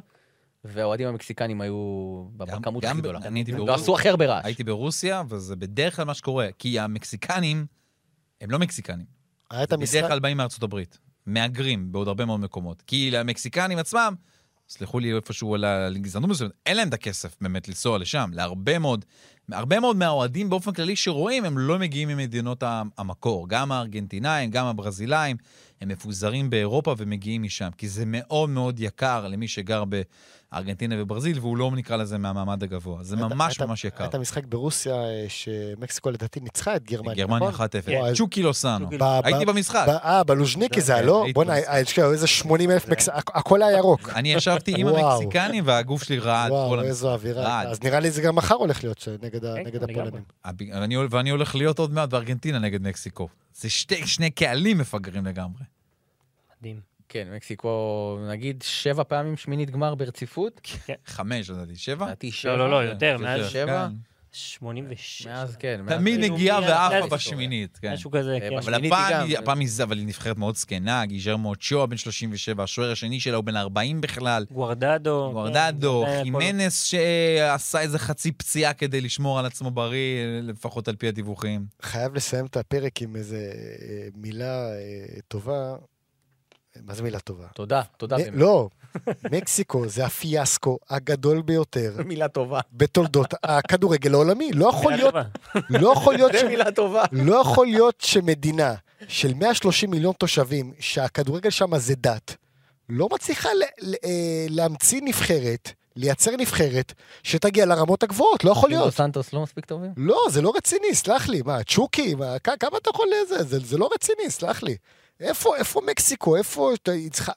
[SPEAKER 2] והאוהדים המקסיקנים היו
[SPEAKER 5] גם-
[SPEAKER 2] בכמות
[SPEAKER 5] גם
[SPEAKER 2] הכי
[SPEAKER 5] ב-
[SPEAKER 2] גדולה.
[SPEAKER 5] אני הייתי
[SPEAKER 2] הם לא
[SPEAKER 5] ברוסיה.
[SPEAKER 2] עשו הכי הרבה רעש.
[SPEAKER 5] הייתי ברוסיה, וזה בדרך כלל מה שקורה, כי המקסיקנים הם לא מקסיקנים.
[SPEAKER 4] היה את
[SPEAKER 5] בדרך
[SPEAKER 4] המשחק,
[SPEAKER 5] כלל באים מארצות הברית, מהגרים בעוד הרבה מאוד מקומות. כי למקסיקנים עצמם, סלחו לי איפשהו על ה- על גזענות מסוימת, אין להם את הכסף באמת לנסוע לשם, להרבה מאוד, הרבה מאוד מהאוהדים באופן כללי שרואים, הם לא מגיעים ממדינות ה- המקור. גם הארגנטינאים, גם הברזילאים, הם מפוזרים באירופה ומגיעים משם, כי זה מאוד מאוד יקר למי שגר בארגנטינה וברזיל, והוא לא נקרא לזה מהמעמד הגבוה. זה
[SPEAKER 4] היית-
[SPEAKER 5] ממש
[SPEAKER 4] היית-
[SPEAKER 5] ממש יקר.
[SPEAKER 4] היה את המשחק ברוסיה אה, שמקסיקו לדעתי ניצחה את גרמניה,
[SPEAKER 5] גרמניה
[SPEAKER 4] נכון?
[SPEAKER 5] 1-0.
[SPEAKER 4] וואי,
[SPEAKER 5] צ'וקי לוסאנו.
[SPEAKER 3] צ'וקי
[SPEAKER 4] ב- ב-
[SPEAKER 5] הייתי במשחק.
[SPEAKER 4] ב- אה, בלוז'ניקי זה היה, לא?
[SPEAKER 5] הייתי
[SPEAKER 4] בוא'נה,
[SPEAKER 5] במשחק.
[SPEAKER 4] אה, יש כאילו איזה 80 אלף מקסיקנים, הכל היה ירוק.
[SPEAKER 5] אני ישבתי עם
[SPEAKER 4] וואו.
[SPEAKER 5] המקסיקנים והגוף שלי רעד כל
[SPEAKER 4] וואו,
[SPEAKER 5] המשחק.
[SPEAKER 4] איזו אווירה.
[SPEAKER 5] רעד.
[SPEAKER 4] הייתה. אז נראה לי זה גם מחר הולך להיות ש- נגד ה-
[SPEAKER 3] כן,
[SPEAKER 4] נגד
[SPEAKER 3] לגמרי.
[SPEAKER 4] הפולנים.
[SPEAKER 5] הב- ואני, הול- ואני הולך להיות עוד מעט בארגנטינה נגד מקסיקו. זה שתי, שני קהלים מפגרים לגמרי.
[SPEAKER 3] מדהים.
[SPEAKER 2] כן, מקסיקו, נגיד, שבע פעמים שמינית גמר ברציפות.
[SPEAKER 4] כן.
[SPEAKER 5] חמש, לדעתי, שבע?
[SPEAKER 2] לדעתי שבע.
[SPEAKER 3] לא, לא, לא, יותר, מאז
[SPEAKER 5] כן.
[SPEAKER 2] שבע?
[SPEAKER 3] 86.
[SPEAKER 2] מאז, כן. מאז-
[SPEAKER 5] תמיד
[SPEAKER 3] כאילו,
[SPEAKER 5] נגיעה
[SPEAKER 3] מאז-
[SPEAKER 5] ועפה
[SPEAKER 3] מאז-
[SPEAKER 5] בשמינית, כן.
[SPEAKER 3] משהו כזה,
[SPEAKER 2] אה,
[SPEAKER 3] כן.
[SPEAKER 2] אבל-
[SPEAKER 5] אבל
[SPEAKER 2] שמינית היא
[SPEAKER 5] הפעם,
[SPEAKER 2] גם-
[SPEAKER 5] היא- הפעם היא, אבל היא נבחרת מאוד זקנה, גיז'רמו צ'ואה בן 37, השוער השני שלה הוא בן 40 בכלל,
[SPEAKER 3] גוורדדו.
[SPEAKER 5] גורדדו,
[SPEAKER 3] כן, זה הכל-
[SPEAKER 5] חימנס שעשה איזה חצי פציעה כדי לשמור על עצמו בריא, לפחות על פי הדיווחים.
[SPEAKER 4] חייב לסיים את הפרק עם איזה אה, מילה אה, טובה. מה זה מילה טובה?
[SPEAKER 2] תודה, תודה. באמת.
[SPEAKER 4] מ- לא, מקסיקו זה הפיאסקו הגדול ביותר
[SPEAKER 2] מילה טובה.
[SPEAKER 4] בתולדות הכדורגל העולמי. לא יכול
[SPEAKER 3] מילה
[SPEAKER 4] להיות,
[SPEAKER 3] טובה.
[SPEAKER 4] לא יכול להיות,
[SPEAKER 2] [LAUGHS]
[SPEAKER 4] ש-
[SPEAKER 2] זה מילה טובה.
[SPEAKER 4] לא יכול להיות שמדינה של 130 מיליון תושבים, שהכדורגל שם זה דת, לא מצליחה ל- ל- אה, להמציא נבחרת, לייצר נבחרת, שתגיע לרמות הגבוהות, לא יכול
[SPEAKER 2] כאילו,
[SPEAKER 4] להיות.
[SPEAKER 2] סנטוס לא מספיק טובים?
[SPEAKER 4] לא, זה לא רציני, סלח לי. מה, צ'וקי? מה, כ- כמה אתה יכול לזה? זה, זה לא רציני, סלח לי. איפה, איפה מקסיקו? איפה... אתה- היא צריכה...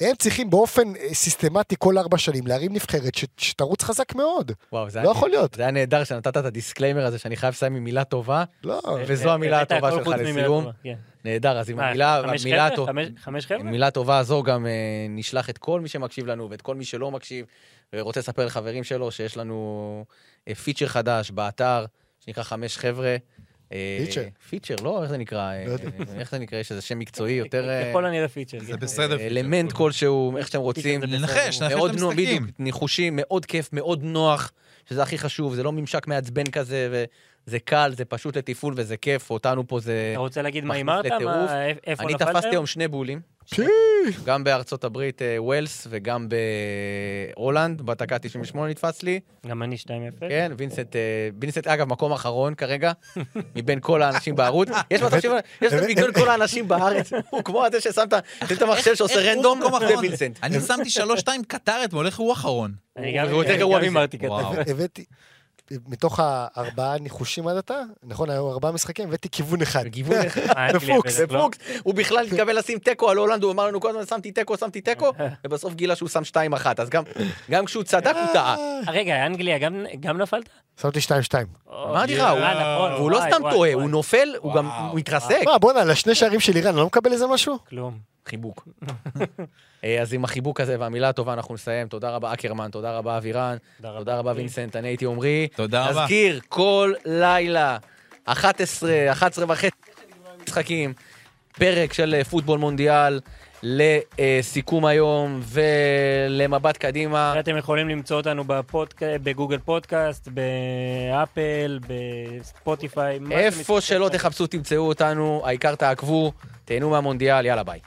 [SPEAKER 4] הם צריכים באופן אה, סיסטמטי כל ארבע שנים להרים נבחרת ש- שתרוץ חזק מאוד.
[SPEAKER 2] וואו, זה
[SPEAKER 4] לא
[SPEAKER 2] היה-
[SPEAKER 4] יכול להיות.
[SPEAKER 2] זה היה נהדר שנתת את הדיסקליימר הזה שאני חייב לסיים עם מילה טובה.
[SPEAKER 4] לא,
[SPEAKER 2] וזו המילה
[SPEAKER 3] הבאת
[SPEAKER 2] הטובה
[SPEAKER 3] הכל
[SPEAKER 2] שלך
[SPEAKER 3] חוץ ממילה
[SPEAKER 2] לסיום.
[SPEAKER 3] טובה, כן.
[SPEAKER 2] נהדר, אז עם
[SPEAKER 3] מה,
[SPEAKER 2] המילה
[SPEAKER 3] חמש
[SPEAKER 2] המילה
[SPEAKER 3] חבר'ה?
[SPEAKER 2] הטובה-
[SPEAKER 3] חמש- חמש
[SPEAKER 2] עם
[SPEAKER 3] חבר'ה?
[SPEAKER 2] המילה הטובה הזו גם אה, נשלח את כל מי שמקשיב לנו ואת כל מי שלא מקשיב ורוצה לספר לחברים שלו שיש לנו אה, פיצ'ר חדש באתר שנקרא חמש חבר'ה. אה,
[SPEAKER 4] פיצ'ר?
[SPEAKER 2] פיצ'ר, לא, איך זה נקרא? אה,
[SPEAKER 4] לא יודע.
[SPEAKER 2] איך זה נקרא? יש איזה שם מקצועי יותר... אה,
[SPEAKER 3] ככל הנראה פיצ'ר.
[SPEAKER 5] זה
[SPEAKER 3] כן.
[SPEAKER 5] בסדר. פיצ'ר.
[SPEAKER 2] אלמנט כלשהו, איך שאתם רוצים.
[SPEAKER 3] זה בסדר.
[SPEAKER 5] לנחש, לנחש את
[SPEAKER 2] מאוד נוח,
[SPEAKER 5] המשחקים.
[SPEAKER 2] בדיוק, ניחושים, מאוד כיף, מאוד נוח, שזה הכי חשוב, זה לא ממשק מעצבן כזה, וזה קל, זה פשוט לתפעול וזה כיף, אותנו פה זה...
[SPEAKER 3] אתה רוצה להגיד מה
[SPEAKER 2] מכניס
[SPEAKER 3] הימרת? מה-
[SPEAKER 2] לטירוף.
[SPEAKER 3] איפ- איפה
[SPEAKER 2] אני
[SPEAKER 3] נפלתם?
[SPEAKER 2] תפסתי היום שני בולים,
[SPEAKER 4] פי!
[SPEAKER 2] גם בארצות הברית, אה, ווילס, וגם בהולנד, בדקה 98 נתפס לי,
[SPEAKER 3] גם אני 2-0.
[SPEAKER 2] כן, וינסט, אה, וינסט, אגב, מקום אחרון כרגע, [LAUGHS] מבין כל האנשים בערוץ. יש מצב ש... יש מצב מבין כל האנשים [LAUGHS] בארץ, הוא כמו הזה ששם את ה- יש את המחשב שעושה
[SPEAKER 5] איך הוא
[SPEAKER 2] רנדום,
[SPEAKER 5] במקום
[SPEAKER 2] זה
[SPEAKER 5] אחרון?
[SPEAKER 2] וינסט.
[SPEAKER 5] אני שמתי שלוש-שתיים קטר אתמול, איך הוא אחרון?
[SPEAKER 3] אני גם-
[SPEAKER 2] הוא יותר
[SPEAKER 3] אני
[SPEAKER 2] גרוע
[SPEAKER 3] גם
[SPEAKER 2] מזה.
[SPEAKER 3] הימרתי קטן.
[SPEAKER 5] וואו.
[SPEAKER 4] הבאתי... מתוך הארבעה ניחושים עד עתה, נכון, היו ארבעה משחקים, הבאתי כיוון אחד.
[SPEAKER 2] גיוון אחד.
[SPEAKER 3] מה, היה לי
[SPEAKER 4] בפוקס,
[SPEAKER 3] הבדל, לא?
[SPEAKER 2] פוקס, הוא בכלל התכוון לשים תיקו על הולנד, הוא אמר לנו כל הזמן, שמתי תיקו, שמתי [LAUGHS] תיקו, ובסוף גילה שהוא שם 2-1, אז גם- גם כשהוא צדק הוא [LAUGHS] טעה.
[SPEAKER 3] רגע, אנגליה גם- גם נפלת?
[SPEAKER 4] שמתי שתיים שתיים.
[SPEAKER 2] מה נראה, הוא-
[SPEAKER 3] אה, נכון,
[SPEAKER 2] והוא לא
[SPEAKER 3] וואי,
[SPEAKER 2] סתם
[SPEAKER 3] וואי,
[SPEAKER 2] טועה,
[SPEAKER 3] וואי.
[SPEAKER 2] הוא נופל, הוא גם מתרסק.
[SPEAKER 4] מה, בואנה, לשני שערים של איראן, אני לא מקבל איזה משהו?
[SPEAKER 3] כלום.
[SPEAKER 2] חיבוק. אה, אז עם החיבוק הזה והמילה הטובה אנחנו נסיים. תודה רבה אקרמן, תודה רבה אבירן,
[SPEAKER 3] תודה
[SPEAKER 2] תודה רבה וינסנט, אני הייתי עמרי.
[SPEAKER 5] תודה רבה.
[SPEAKER 2] נזכיר כל לילה, 11, 11 וחצי משחקים. פרק של אה, פוטבול מונדיאל לסיכום היום ולמבט קדימה.
[SPEAKER 3] אתם יכולים למצוא אותנו בפודק... בגוגל פודקאסט, באפל, בספוטיפיי. מה שאתם
[SPEAKER 2] איפה
[SPEAKER 3] מסתכלים
[SPEAKER 2] שלא
[SPEAKER 3] עליו.
[SPEAKER 2] תחפשו, תמצאו אותנו, העיקר תעקבו, תהנו מהמונדיאל, יאללה ביי.